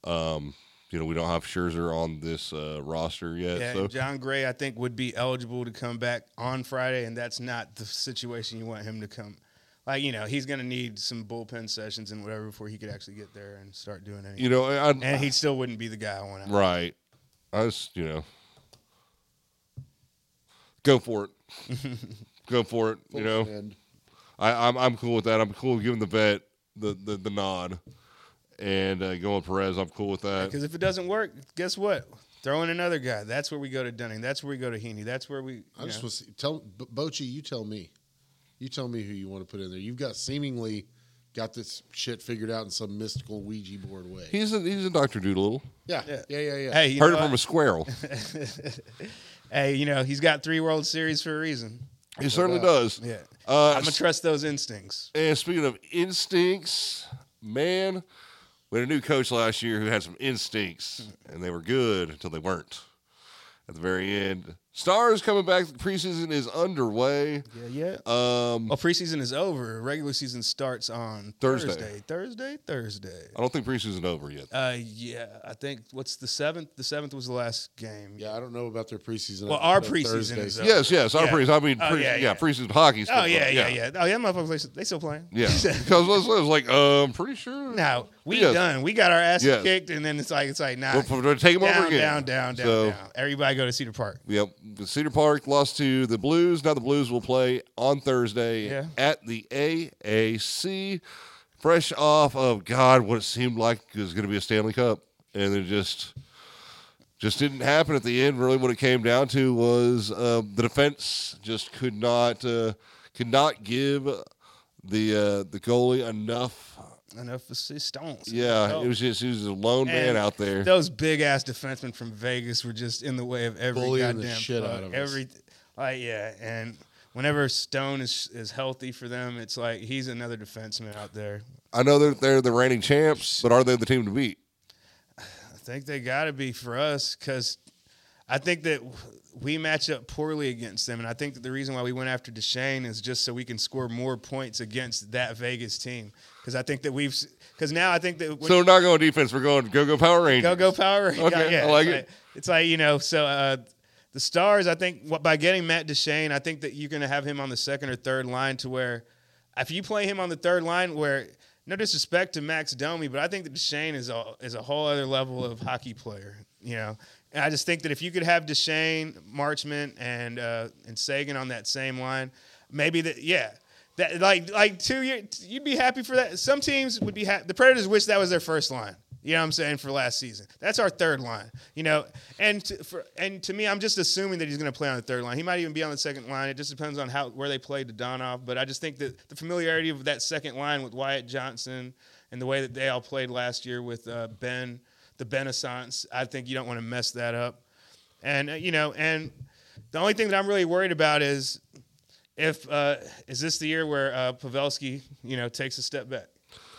S1: Um, you know, we don't have Scherzer on this uh, roster yet,
S2: Yeah,
S1: so
S2: John Gray, I think, would be eligible to come back on Friday, and that's not the situation you want him to come. Like, you know, he's going to need some bullpen sessions and whatever before he could actually get there and start doing anything.
S1: you know, I, I-
S2: and he still wouldn't be the guy I want to.
S1: right. I just, you know, go for it, go for it. You know,
S3: and
S1: I, I'm I'm cool with that. I'm cool giving the vet the the, the nod and uh, going Perez. I'm cool with that.
S2: Because if it doesn't work, guess what? Throw in another guy. That's where we go to Dunning. That's where we go to Heaney. That's where we.
S3: I
S2: you
S3: just
S2: know.
S3: want to see, tell Bo- Bochy. You tell me. You tell me who you want to put in there. You've got seemingly got this shit figured out in some mystical Ouija board way.
S1: He's a, he's a Doctor Doolittle.
S3: yeah, yeah, yeah, yeah.
S2: hey, you
S1: Heard
S2: know
S1: it from a
S2: what?
S1: squirrel.
S2: hey, you know, he's got three World Series for a reason.
S1: He certainly does.
S2: Yeah.
S1: Uh,
S2: I'm going to trust those instincts.
S1: And speaking of instincts, man, we had a new coach last year who had some instincts, and they were good until they weren't. At the very end, stars coming back. The preseason is underway.
S2: Yeah, yeah.
S1: Um,
S2: Well, Oh, preseason is over. Regular season starts on
S1: Thursday.
S2: Thursday. Thursday, Thursday.
S1: I don't think preseason over yet.
S2: Uh, yeah, I think what's the seventh? The seventh was the last game.
S3: Yeah, I don't know about their preseason.
S2: Well,
S3: I-
S2: our
S3: the
S2: preseason
S3: Thursday
S2: is uh,
S3: stuff.
S2: up.
S1: yes, yes, our
S2: Yeah.
S1: preseason. I mean,
S2: Oh,
S1: pre-
S2: yeah,
S1: yeah,
S2: yeah.
S1: preseason hockey's.
S2: Oh
S1: still-
S2: yeah, yeah, yeah. Oh yeah, motherfuckers, they still playing.
S1: yeah. Because I was like, um, pretty sure.
S2: no, we
S1: Yes.
S2: done. We got our asses
S1: Yes.
S2: kicked, and then it's like it's like nah.
S1: We'll, we'll take them over
S2: down,
S1: again.
S2: down, down, down,
S1: So-
S2: down. Everybody go to Cedar Park.
S1: Yep. Cedar Park lost to the Blues. Now the Blues will play on Thursday
S2: Yeah.
S1: at the AAC. Fresh off of God, what it seemed like was going to be a Stanley Cup, and it just just didn't happen at the end. Really, what it came down to was uh, the defense just could not uh, could not give the uh, the goalie enough.
S2: Enough assistance.
S1: Yeah,
S2: Oh.
S1: it was just he was a lone man
S2: And
S1: out there.
S2: Those big ass defensemen from Vegas were just in the way of every
S3: Bullying the
S2: goddamn
S3: shit
S2: puck,
S3: out of us.
S2: every, like yeah, and whenever Stone is is healthy for them, it's like he's another defenseman out there.
S1: I know that they're the reigning champs, but are they the team to beat?
S2: I think they got to be for us because I think that we match up poorly against them, and I think that the reason why we went after Deshane is just so we can score more points against that Vegas team because I think that we've because now I think that when
S1: So we're not going defense. We're going go go Power Rangers.
S2: Go go power! Rangers.
S1: Okay, I like
S2: it's
S1: it.
S2: it's like you know, so uh, the stars. I think what, by getting Matt Duchene, I think that you're going to have him on the second or third line to where, if you play him on the third line, where no disrespect to Max Domi, but I think that Deshane is a is a whole other level of hockey player. You know, and I just think that if you could have Deshane, Marchment, and uh, and Sagan on that same line, maybe that yeah. That, like like two year you'd be happy for that. Some teams would be happy. The Predators wish that was their first line. You know what I'm saying for last season. That's our third line. You know, and to, for and to me, I'm just assuming that he's going to play on the third line. He might even be on the second line. It just depends on how where they play Dodonoff. But I just think that the familiarity of that second line with Wyatt Johnson and the way that they all played last year with uh, Ben, the Benaissance, I think you don't want to mess that up. And uh, you know, and the only thing that I'm really worried about is if uh, is this the year where uh, Pavelski, you know, takes a step back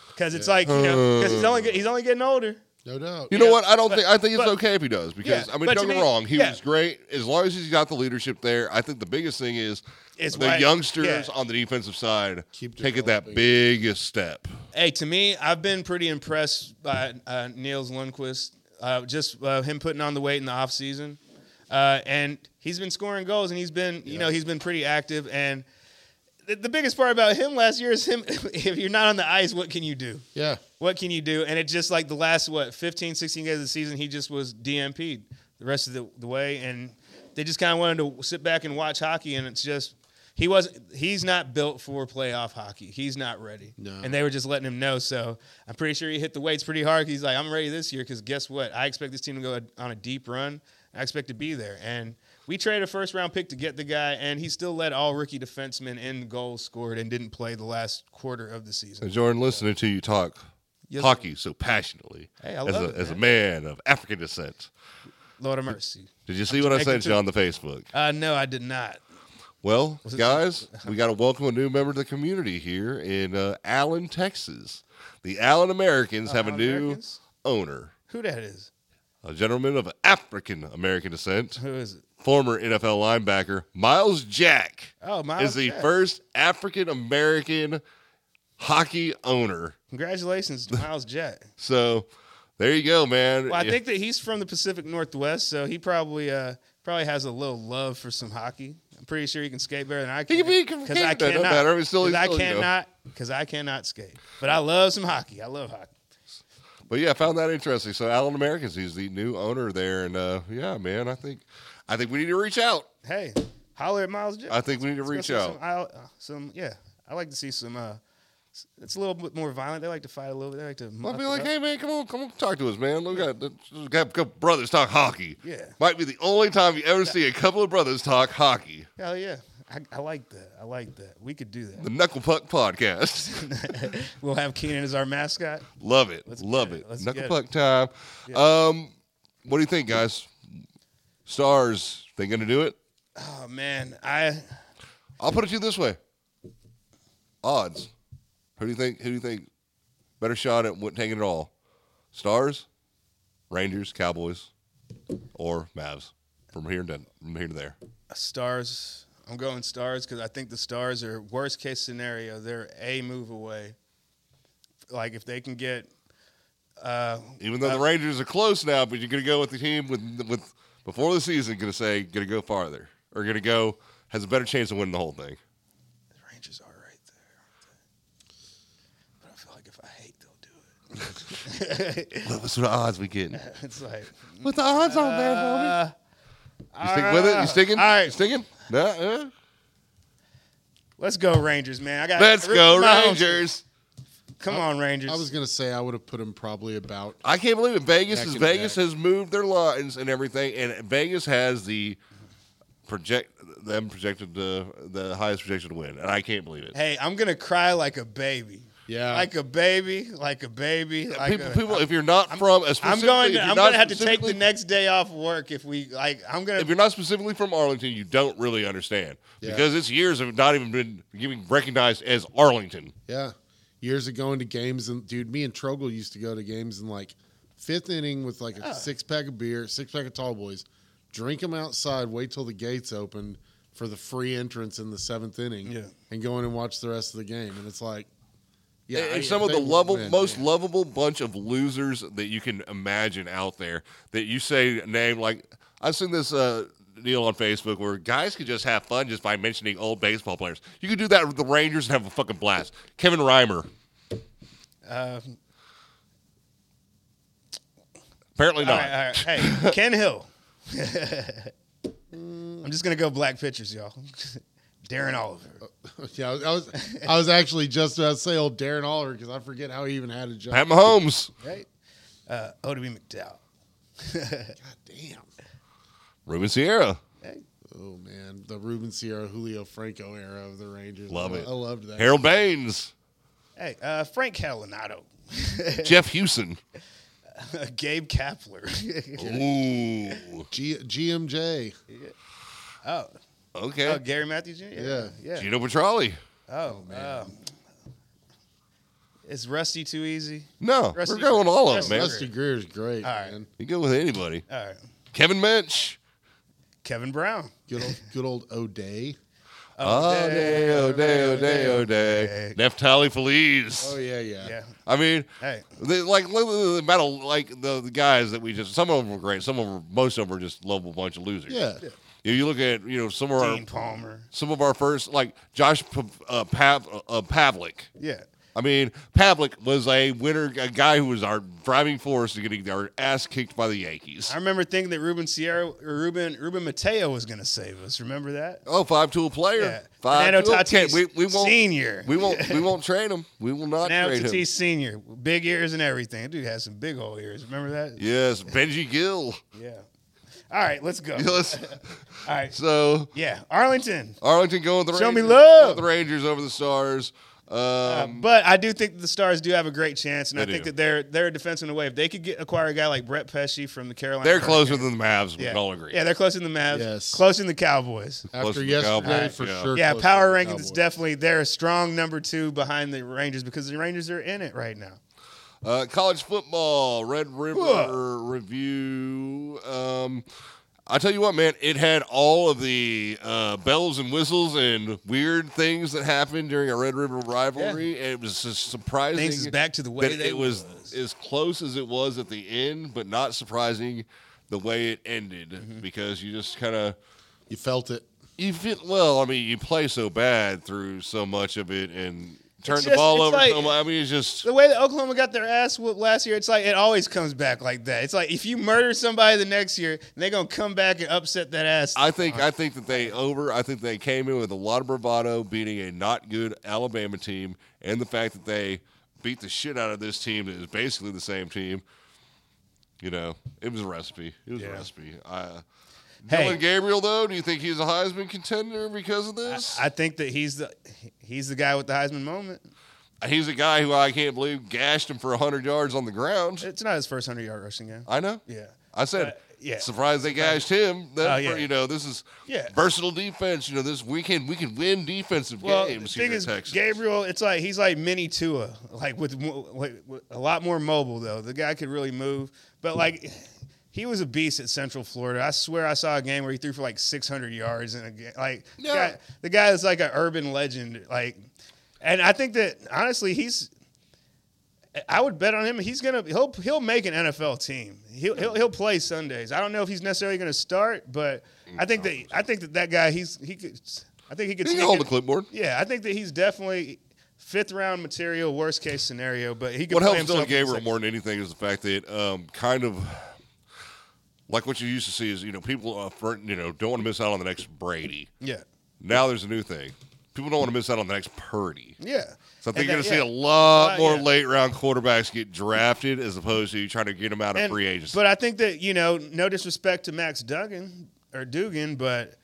S2: because it's like you know because he's only get- he's only getting older.
S3: No doubt.
S1: You know
S2: Yeah,
S1: what? I don't
S2: but-
S1: think I think it's
S2: but-
S1: okay if he does because
S2: Yeah,
S1: I mean,
S2: but
S1: don't
S2: to
S1: get me
S2: me-
S1: wrong. He
S2: yeah.
S1: was great as long as he's got the leadership there. I think the biggest thing is
S2: It's
S1: the
S2: why-
S1: youngsters
S2: yeah.
S1: on the defensive side
S3: Keep
S1: taking that
S3: developing.
S1: biggest step.
S2: Hey, to me, I've been pretty impressed by uh, Niels Lundqvist. Uh, just uh, him putting on the weight in the offseason. Uh, and he's been scoring goals, and he's been, you know, he's been pretty active. And the, the biggest part about him last year is him. if you're not on the ice, what can you do?
S3: Yeah.
S2: What can you do? And it just like the last what 15, 16 games of the season, he just was DMP'd the rest of the, the way, and they just kind of wanted to sit back and watch hockey, and it's just he wasn't he's not built for playoff hockey. He's not ready.
S3: No.
S2: And they were just letting him know. So I'm pretty sure he hit the weights pretty hard. He's like, I'm ready this year because guess what? I expect this team to go on a deep run. I expect to be there. And we traded a first round pick to get the guy, and he still led all rookie defensemen in goals scored and didn't play the last quarter of the season.
S1: And Jordan, listening to you talk
S2: Yes.
S1: hockey so passionately
S2: Hey, I
S1: as,
S2: love
S1: a,
S2: it,
S1: as a
S2: man.
S1: man of African descent.
S2: Lord of mercy.
S1: Did you see what I
S2: connected
S1: sent you
S2: to-
S1: on the Facebook?
S2: Uh, no, I did not.
S1: Well,
S2: it-
S1: guys, we got to welcome a new member of the community here in uh, Allen, Texas. The Allen Americans have a
S2: Allen
S1: new
S2: Americans?
S1: owner,
S2: Who that is?
S1: a gentleman of African American descent,
S2: Who is it?
S1: former NFL linebacker Miles Jack
S2: Oh, Miles
S1: is the
S2: Jack.
S1: first African American hockey owner.
S2: Congratulations, to Miles Jack.
S1: So there you go, man.
S2: Well, I
S1: Yeah.
S2: think that he's from the Pacific Northwest, so he probably uh, probably has a little love for some hockey. I'm pretty sure he can skate better than I can.
S1: can be from
S2: I
S1: Canada, no
S2: cannot.
S1: matter if it's still-
S2: 'cause I
S1: still, you know.
S2: cannot because I cannot skate. But I love some hockey. I love hockey.
S1: But yeah, I found that interesting. So Allen Americans, he's the new owner there, and uh, yeah, man, I think, I think we need to reach out.
S2: Hey, holler at Miles Jack.
S1: I think we need to
S2: Let's go
S1: reach
S2: see
S1: out.
S2: Some, aisle- uh, some yeah. I like to see some. Uh, s- it's a little bit more violent. They like to fight a little bit. They like to.
S1: I'll
S2: muck
S1: be
S2: it
S1: like,
S2: up.
S1: hey man, come on, come on, talk to us, man. We got, we got, got brothers talk hockey.
S2: Yeah.
S1: might be the only time you ever see a couple of brothers talk hockey.
S2: Hell yeah. I, I like that. I like that. We could do
S1: The Knuckle Puck Podcast,
S2: that. we'll have Keenan as our mascot.
S1: love it, love
S2: get
S1: it.
S2: it. Let's
S1: Knuckle
S2: get
S1: Puck time. Um, what do you think, guys? Stars, they gonna do it?
S2: Oh man, I
S1: I'll put it to you this way: odds. Who do you think? Who do you think better shot at what- taking it all? Stars, Rangers, Cowboys, or Mavs? From here to from here to there.
S2: stars. I'm going stars because I think the stars are worst case scenario. They're a move away. Like if they can get, uh,
S1: Even though the Rangers are close now, but you're going to go with the team with with before the season going to say going to go farther or going to go has a better chance of winning the whole thing.
S2: the Rangers are right there. aren't they? But I feel like if I hate, they'll do it.
S1: What was the odds we getting?
S2: it's like
S1: What the odds on there, Bobby?
S2: uh,
S1: You stick with it? You sticking?
S2: All right.
S1: You sticking? No. uh?
S2: let's go Rangers, man. I got
S1: Let's
S2: I ripped
S1: go
S2: my own-
S1: Rangers!
S2: Come on Rangers.
S3: I was gonna say I would have put him probably about
S1: I can't believe it. Vegas
S3: Neck
S1: is
S3: and
S1: Vegas
S3: neck.
S1: has moved their lines and everything, and Vegas has the project them projected the the highest projection to win, and I can't believe it.
S2: hey, I'm gonna cry like a baby.
S3: Yeah.
S2: like a baby, like a baby. Like
S1: people,
S2: a,
S1: people, if you're not from, a
S2: I'm
S1: specifically-
S2: going.
S1: if
S2: To,
S1: you're
S2: I'm
S1: not
S2: going to have to take the
S1: specifically-
S2: next day off work if we like. I'm going
S1: if
S2: to.
S1: you're not specifically from Arlington, you don't really understand
S3: Yeah.
S1: because it's years of not even been getting recognized as Arlington.
S3: yeah. Years of going to games and dude, me and Trogle used to go to games in like fifth inning with like a six pack of beer, six pack of tall boys, drink them outside, wait till the gates opened for the free entrance in the seventh inning,
S2: Yeah.
S3: and go in and watch the rest of the game. And it's like, yeah,
S1: and
S3: I-
S1: and some
S3: if
S1: of the
S3: they
S1: lovable,
S3: win,
S1: most
S3: yeah.
S1: lovable bunch of losers that you can imagine out there. That you say a name like I've seen this uh, deal on Facebook where guys could just have fun just by mentioning old baseball players. You could do that with the Rangers and have a fucking blast. Kevin Reimer,
S2: Um,
S1: Apparently
S2: all
S1: not.
S2: right, all right. Hey, Ken Hill. I'm just gonna go black pictures, y'all. Darren Oliver.
S1: Oh,
S3: yeah, I was, I was I was actually just about to say old Darren Oliver because I forget how he even had a job.
S1: Pat Mahomes,
S2: right? Uh, Oda B. McDowell.
S3: God damn.
S1: Ruben Sierra.
S2: Hey,
S3: Oh man, the Ruben Sierra, Julio Franco era of the Rangers.
S1: Love
S3: I,
S1: it.
S3: I loved that.
S1: Harold Baines,
S2: hey uh, Frank Catalanato.
S1: Jeff Hewson.
S2: Gabe Kapler.
S1: Ooh.
S3: G- GMJ.
S2: oh,
S1: Okay.
S2: oh, Gary Matthews Jr.?
S3: Yeah.
S2: Yeah.
S1: Gino Petrali.
S2: Oh, man. is Rusty too easy?
S1: No,
S2: Rusty-
S1: we're going all of them,
S2: Rusty-
S1: man.
S3: Lester Greer's great,
S2: All right.
S3: man.
S1: You go with anybody.
S2: All right.
S1: Kevin Mensch.
S2: Kevin Brown.
S3: Good old, good old O'Day.
S1: Oh, day, oh, day, oh, day, oh, day. Neftali Feliz.
S3: Oh yeah, yeah.
S2: Yeah.
S1: I mean,
S2: Hey.
S1: they, like look at the amount of like the, the guys that we just some of them were great, some of them were, most of them were just lovable bunch of losers.
S3: Yeah.
S1: If you look at you know some of our
S2: Dean Palmer.
S1: some of our first like Josh P- uh, Pav, uh, Pavlik.
S2: Yeah.
S1: I mean, Pavlik was a winner, a guy who was our driving force to getting our ass kicked by the Yankees.
S2: I remember thinking that Ruben Sierra, or Ruben, Ruben Mateo was going to save us. Remember that?
S1: Oh, five to a player.
S2: Yeah.
S1: Five
S2: Fernando
S1: to a-
S2: Tatis
S1: can't- we, we won't,
S2: Senior.
S1: We won't. We won't trade him. We will not
S2: Now
S1: trade
S2: Tatis
S1: him.
S2: Senior, big ears and everything. Dude has some big old ears. Remember that?
S1: Yes, Benji Gill.
S2: Yeah. All right, let's go. All
S1: Yes.
S2: right.
S1: so
S2: Yeah, Arlington.
S1: Arlington going with the
S2: Show me
S1: Rangers.
S2: love.
S1: The Rangers over the Stars. Um,
S2: Uh, but I do think that the Stars do have a great chance, and
S1: They
S2: I think
S1: do.
S2: that they're they're a defense in a way. If they could get acquire a guy like Brett Pesci from the Carolina,
S1: they're
S2: Hurricanes-
S1: closer than the Mavs. We
S2: Oh, Yeah.
S1: can all agree.
S2: Yeah, they're closer than the Mavs.
S3: Yes.
S2: Closer than the Cowboys.
S1: Close
S3: After
S1: to the
S3: yesterday,
S1: Cowboys,
S3: for
S1: yeah.
S3: sure.
S2: yeah,
S3: close
S2: power
S3: to the
S2: rankings is
S3: Cowboys.
S2: definitely they're a strong number two behind the Rangers because the Rangers are in it right now.
S1: Uh, college football, Red River
S2: Whoa.
S1: Review. Um, I tell you what, man, it had all of the uh, bells and whistles and weird things that happened during a Red River rivalry, and it was just surprising.
S2: Things is back to the way
S1: that
S2: they
S1: it was, as close as it was at the end, but not surprising the way it ended
S2: Mm-hmm.
S1: because you just kind of
S3: You felt it.
S1: you feel well. I mean, you play so bad through so much of it and turn the
S2: just-
S1: ball
S2: it's
S1: over.
S2: like-
S1: so much. I mean, it's just
S2: The way that Oklahoma got their ass whooped last year, it's like it always comes back like that. It's like if you murder somebody the next year, they're gonna come back and upset that ass.
S1: I think I think that they over. I think they came in with a lot of bravado, beating a not good Alabama team, and the fact that they beat the shit out of this team that is basically the same team. You know, it was a recipe. It was
S2: Yeah.
S1: a recipe. I,
S2: Hey.
S1: Dylan Gabriel, though, do you think he's a Heisman contender because of this?
S2: I think that he's the he's the guy with the Heisman moment.
S1: he's a guy who I can't believe gashed him for hundred yards on the ground.
S2: It's not his first hundred yard rushing game.
S1: I know.
S2: Yeah.
S1: I said,
S2: But, yeah.
S1: surprised they gashed him. That,
S2: Oh, yeah.
S1: You know, this is
S2: Yeah.
S1: versatile defense. You know, this we can we can win defensive
S2: Well,
S1: games
S2: the thing
S1: here in
S2: is,
S1: Texas.
S2: Gabriel, it's like he's like mini Tua, like with, mo- like with a lot more mobile though. The guy could really move,
S1: Hmm.
S2: but like he was a beast at Central Florida. I swear I saw a game where he threw for like 600 yards in a game. Like the,
S1: Yeah.
S2: guy, the guy is like an urban legend. Like, and I think that honestly, he's. I would bet on him. He's gonna he'll he'll make an NFL team. He'll he'll, he'll play Sundays. I don't know if he's necessarily gonna start, but
S1: Mm,
S2: I think that I think that that guy he's he could. I think he could
S1: He can
S2: sneak
S1: hold
S2: in-
S1: a clipboard.
S2: yeah, I think that he's definitely fifth round material, worst case scenario. But he could
S1: What
S2: play
S1: helps
S2: himself
S1: Dylan
S2: in the
S1: Gabriel
S2: second-
S1: more than anything is the fact that um, kind of like what you used to see is you know people uh, for, you know don't want to miss out on the next Brady.
S2: Yeah,
S1: Now there's a new thing. People don't want to miss out on the next Purdy.
S2: yeah.
S1: So I think
S2: And
S1: you're going
S2: that-
S1: to see
S2: yeah.
S1: a lot
S2: Uh,
S1: more
S2: yeah.
S1: late round quarterbacks get drafted as opposed to you trying to get them out of
S2: And-
S1: free agency.
S2: But I think that you know, no disrespect to Max Duggan or Dugan, but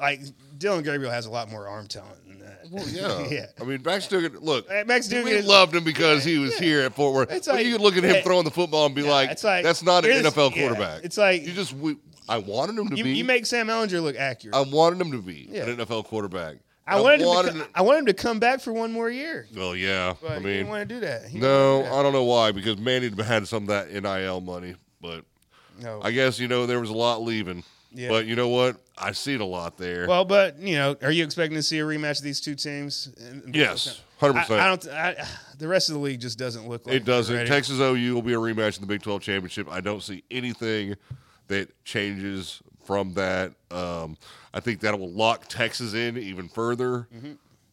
S2: like Dylan Gabriel has a lot more arm talent than that.
S1: Well, yeah.
S2: yeah.
S1: I mean, Max Dugan, look.
S2: Hey, Max Dugan
S1: We
S2: is-
S1: loved him because he was here at Fort Worth.
S2: It's
S1: but
S2: like-
S1: you could look at him
S2: yeah.
S1: throwing the football and be like,
S2: it's like,
S1: that's not an
S2: here's-
S1: NFL
S2: yeah,
S1: quarterback.
S2: it's like-
S1: you just, we, I wanted him to
S2: You,
S1: be.
S2: you make Sam Ellinger look accurate.
S1: I wanted him to be
S2: Yeah.
S1: an NFL quarterback.
S2: I wanted, him
S1: wanted
S2: to, co- I wanted him to come back for one more year,
S1: Well, yeah.
S2: but
S1: I
S2: he didn't
S1: mean,
S2: want to do that. He
S1: no,
S2: didn't
S1: I
S2: wanna
S1: don't know why because Manny had some of that NIL money, but
S2: do that. no.
S1: I guess you know there was a lot leaving.
S2: Yeah.
S1: But you know what? I see it a lot there.
S2: Well, but you know, are you expecting to see a rematch of these two teams? And-
S1: yes, hundred
S2: I,
S1: percent.
S2: I don't. I, the rest of the league just doesn't look like
S1: It doesn't.
S2: ready.
S1: Texas OU will be a rematch in the Big 12 championship. I don't see anything that changes
S2: Mm-hmm.
S1: from that. Um, I think that will lock Texas in even further.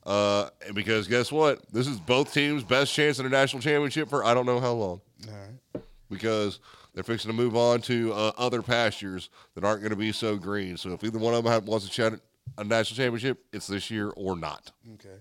S1: Uh, because guess what? This is both teams' best chance at a national championship for I don't know how long.
S2: All right.
S1: because they're fixing to move on to uh, other pastures that aren't going to be so green. So if either one of them have, wants to chat a national championship, it's this year or not.
S2: Okay.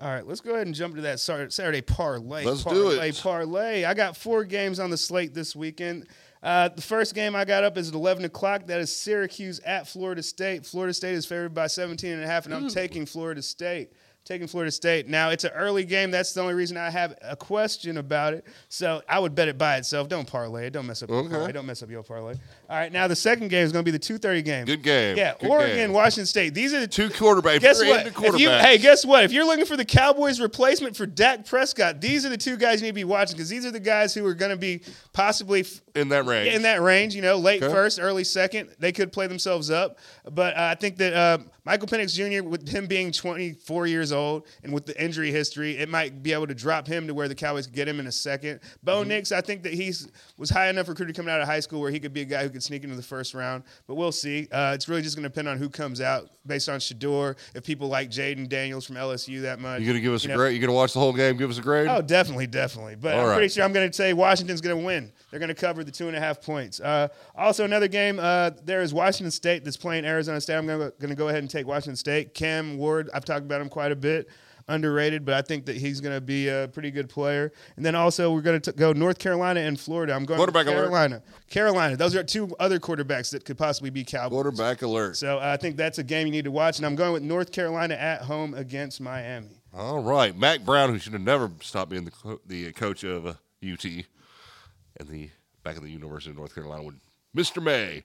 S2: All right, let's go ahead and jump to that Sar- Saturday parlay.
S1: Let's do
S2: parlay,
S1: it.
S2: Parlay. I got four games on the slate this weekend. Uh, the first game I got up is at 11 o'clock. That is Syracuse at Florida State. Florida State is favored by 17 and a half, and I'm taking Florida State. Taking Florida State. Now, it's an early game. That's the only reason I have a question about it. So I would bet it by itself. Don't parlay it. Don't mess up your
S1: Okay.
S2: parlay. Don't mess up your parlay. All right, now the second game is going to be the 2.30 game.
S1: Good game.
S2: Yeah,
S1: Good
S2: Oregon,
S1: game.
S2: Washington State. These are the
S1: Two quarterbacks.
S2: Guess
S1: You're
S2: what?
S1: into
S2: If you-
S1: quarterbacks.
S2: hey, guess what? If you're looking for the Cowboys replacement for Dak Prescott, these are the two guys you need to be watching because these are the guys who are going to be possibly f-
S1: in that range.
S2: in that range. You know, late
S1: Okay.
S2: first, early second. They could play themselves up, but uh, I think that uh, Michael Penix Jr. with him being 24 years old and with the injury history, it might be able to drop him to where the Cowboys could get him in a second.
S1: Mm-hmm.
S2: Bo Nix, I think that he's was high enough recruited coming out of high school where he could be a guy who could sneak into the first round. But we'll see. Uh, it's really just going to depend on who comes out based on Shador. If people like Jaden Daniels from LSU that much,
S1: you gonna give us
S2: you
S1: a
S2: know,
S1: grade? You gonna watch the whole game? Give us a grade?
S2: Oh, definitely, definitely. But
S1: All
S2: I'm
S1: right.
S2: pretty sure I'm going to say Washington's going to win. They're going to cover the two and a half points. Uh, also, another game. Uh, there is Washington State that's playing Arizona State. I'm going to go ahead and take Washington State. Cam Ward, I've talked about him quite a bit. Underrated, but I think that he's going to be a pretty good player. And then also we're going to go North Carolina and Florida. I'm going with
S1: Quarterback alert.
S2: Carolina. Carolina. Those are two other quarterbacks that could possibly be Cowboys.
S1: Quarterback alert.
S2: So uh, I think that's a game you need to watch. And I'm going with North Carolina at home against Miami.
S1: All right, Mac Brown, who should have never stopped being the co- the uh, coach of uh, UT and the back of the University of North Carolina with Mr. May.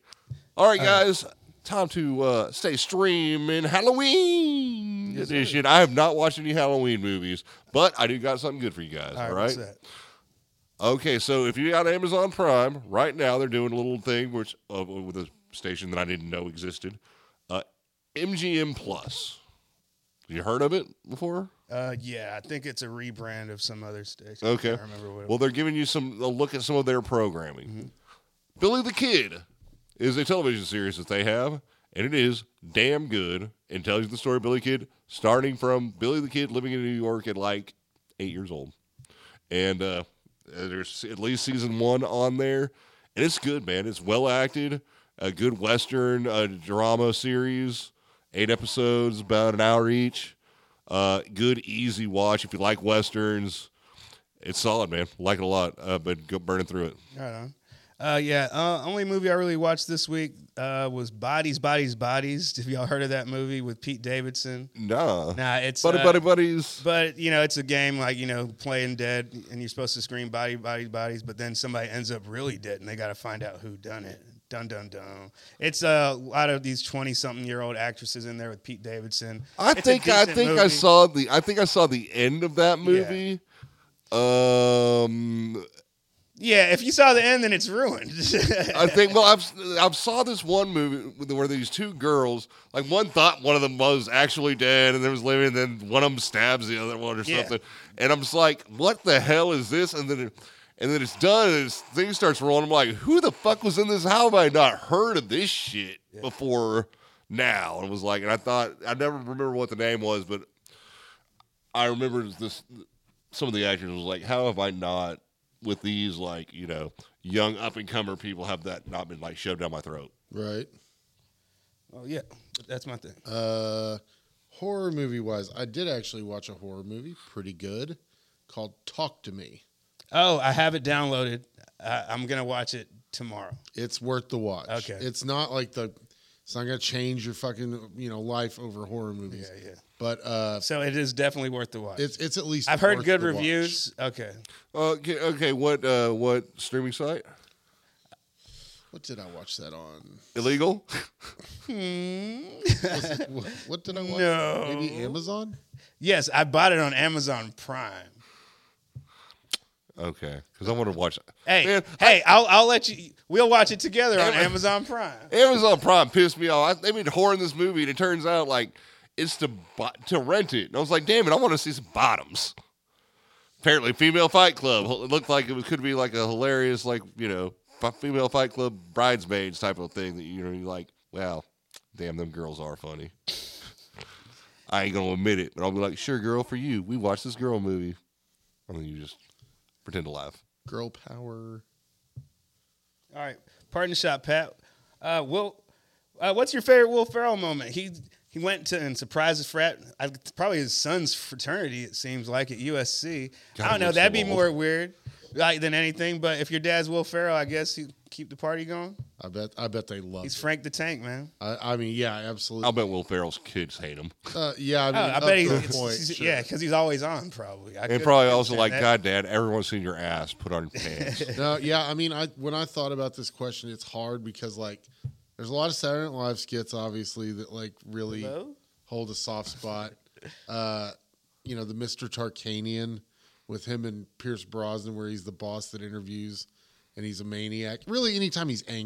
S1: All right, guys, time to uh, stay streaming Halloween edition. I have not watched any Halloween movies, but I do got something good for you guys. all right.
S2: what's that?
S1: Okay, so if you got Amazon Prime right now, they're doing a little thing which uh, with a station that I didn't know existed, uh, MGM Plus. You heard of it before?
S2: Uh, yeah, I think it's a rebrand of some other station. I
S1: Okay.
S2: can't remember what. it
S1: Well, they're giving you some a look at some of their programming. Billy the Kid is a television series that they have, and it is damn good and tells you the story of Billy the Kid, starting from Billy the Kid living in New York at like eight years old. And uh, there's at least season one on there, and it's good, man. It's well acted, a good Western uh, drama series, eight episodes, about an hour each. Uh, good, easy watch if you like Westerns. It's solid, man. Like it a lot. Uh, but go burning through it.
S2: Right on. Uh, yeah, uh, only movie I really watched this week uh, was Bodies, Bodies, Bodies. Have y'all heard of that movie with Pete Davidson?
S1: Nah.
S2: Nah, it's
S1: buddy,
S2: uh,
S1: buddy, buddies.
S2: But you know, it's a game like you know, playing dead, and you're supposed to scream body, body, bodies, but then somebody ends up really dead, and they got to find out who done it. Dun dun dun. It's uh, a lot of these twenty-something-year-old actresses in there with Pete Davidson.
S1: I
S2: It's a
S1: think I
S2: decent
S1: think I
S2: movie.
S1: saw the I think I saw the end of that movie. Um,
S2: Yeah, if you saw the end, then it's ruined.
S1: I think. Well, I've I've saw this one movie with- where these two girls, like one thought one of them was actually dead and there was living, and then one of them stabs the other one or
S2: Yeah.
S1: something. And I'm just like, what the hell is this? And then. It, and then it's done, and this thing starts rolling. I'm like, who the fuck was in this? How have I not heard of this shit before now? And it was like, and I thought I never remember what the name was, but I remember this. Some of the actors was like, "How have I not with these like you know young up and comer people have that not been like shoved down my throat?"
S3: Right.
S2: oh yeah, that's my thing.
S3: Uh, horror movie wise, I did actually watch a horror movie, pretty good, called Talk to Me.
S2: Oh, I have it downloaded. Uh, I'm gonna watch it tomorrow.
S3: It's worth the watch.
S2: Okay.
S3: It's not like the. It's not gonna change your fucking you know life over horror movies.
S2: Yeah, yeah.
S3: But uh,
S2: So it is definitely worth the watch.
S3: it's it's at least.
S2: I've heard
S3: worth
S2: good
S3: the watch.
S2: reviews. Okay,
S1: Okay, okay. What uh, what streaming site?
S3: What did I watch that on?
S1: Illegal?
S3: Was it- what, what did I watch?
S2: No.
S3: Maybe Amazon.
S2: yes, I bought it on Amazon Prime.
S1: Okay, because I want to watch.
S2: Hey,
S1: Man,
S2: hey, I'll I'll let you. We'll watch it together on
S1: Am-
S2: Amazon Prime.
S1: Amazon Prime pissed me off. I, they've been whoring this movie, and it turns out like it's to bu- to rent it. And I was like, damn it, I want to see some bottoms. Apparently, female Fight Club. It looked like it was, could be like a hilarious, like you know, fi- female Fight Club bridesmaids type of thing that you know, you're like, wow, damn, them girls are funny. I ain't gonna admit it, but I'll be like, "Sure, girl, for you, we watched this girl movie," and then you just pretend to laugh.
S3: Girl power.
S2: All right, partner shot, Pat. Uh, Will, uh, what's your favorite Will Ferrell moment? He he went to and surprised his frat, I, probably his son's fraternity. It seems like at USC.
S1: God,
S2: I don't know.
S1: we're so
S2: That'd be
S1: old.
S2: more weird, like than anything. But if your dad's Will Ferrell, I guess he keep the party going.
S3: I bet. I bet they love.
S2: He's
S3: It.
S2: Frank the Tank, man.
S3: I, I mean, yeah,
S1: I'll
S3: absolutely.
S1: bet Will Ferrell's kids hate him,
S3: Uh, yeah, I mean,
S2: Oh, I
S3: up
S2: bet
S3: to
S2: he,
S3: a
S2: it's-
S3: point,
S2: he's-
S3: sure.
S2: yeah, because he's always on probably. I
S1: and
S2: could
S1: probably also
S2: understand
S1: like,
S2: that.
S1: "God, Dad, everyone's seen your ass. Put on pants."
S3: No, yeah, I mean, I when I thought about this question, it's hard because like, there's a lot of Saturday Night Live skits, obviously, that like really
S2: Hello?
S3: hold a soft spot. Uh, you know, the Mister Tarkanian with him and Pierce Brosnan, where he's the boss that interviews, and he's a maniac. Really, anytime he's angry.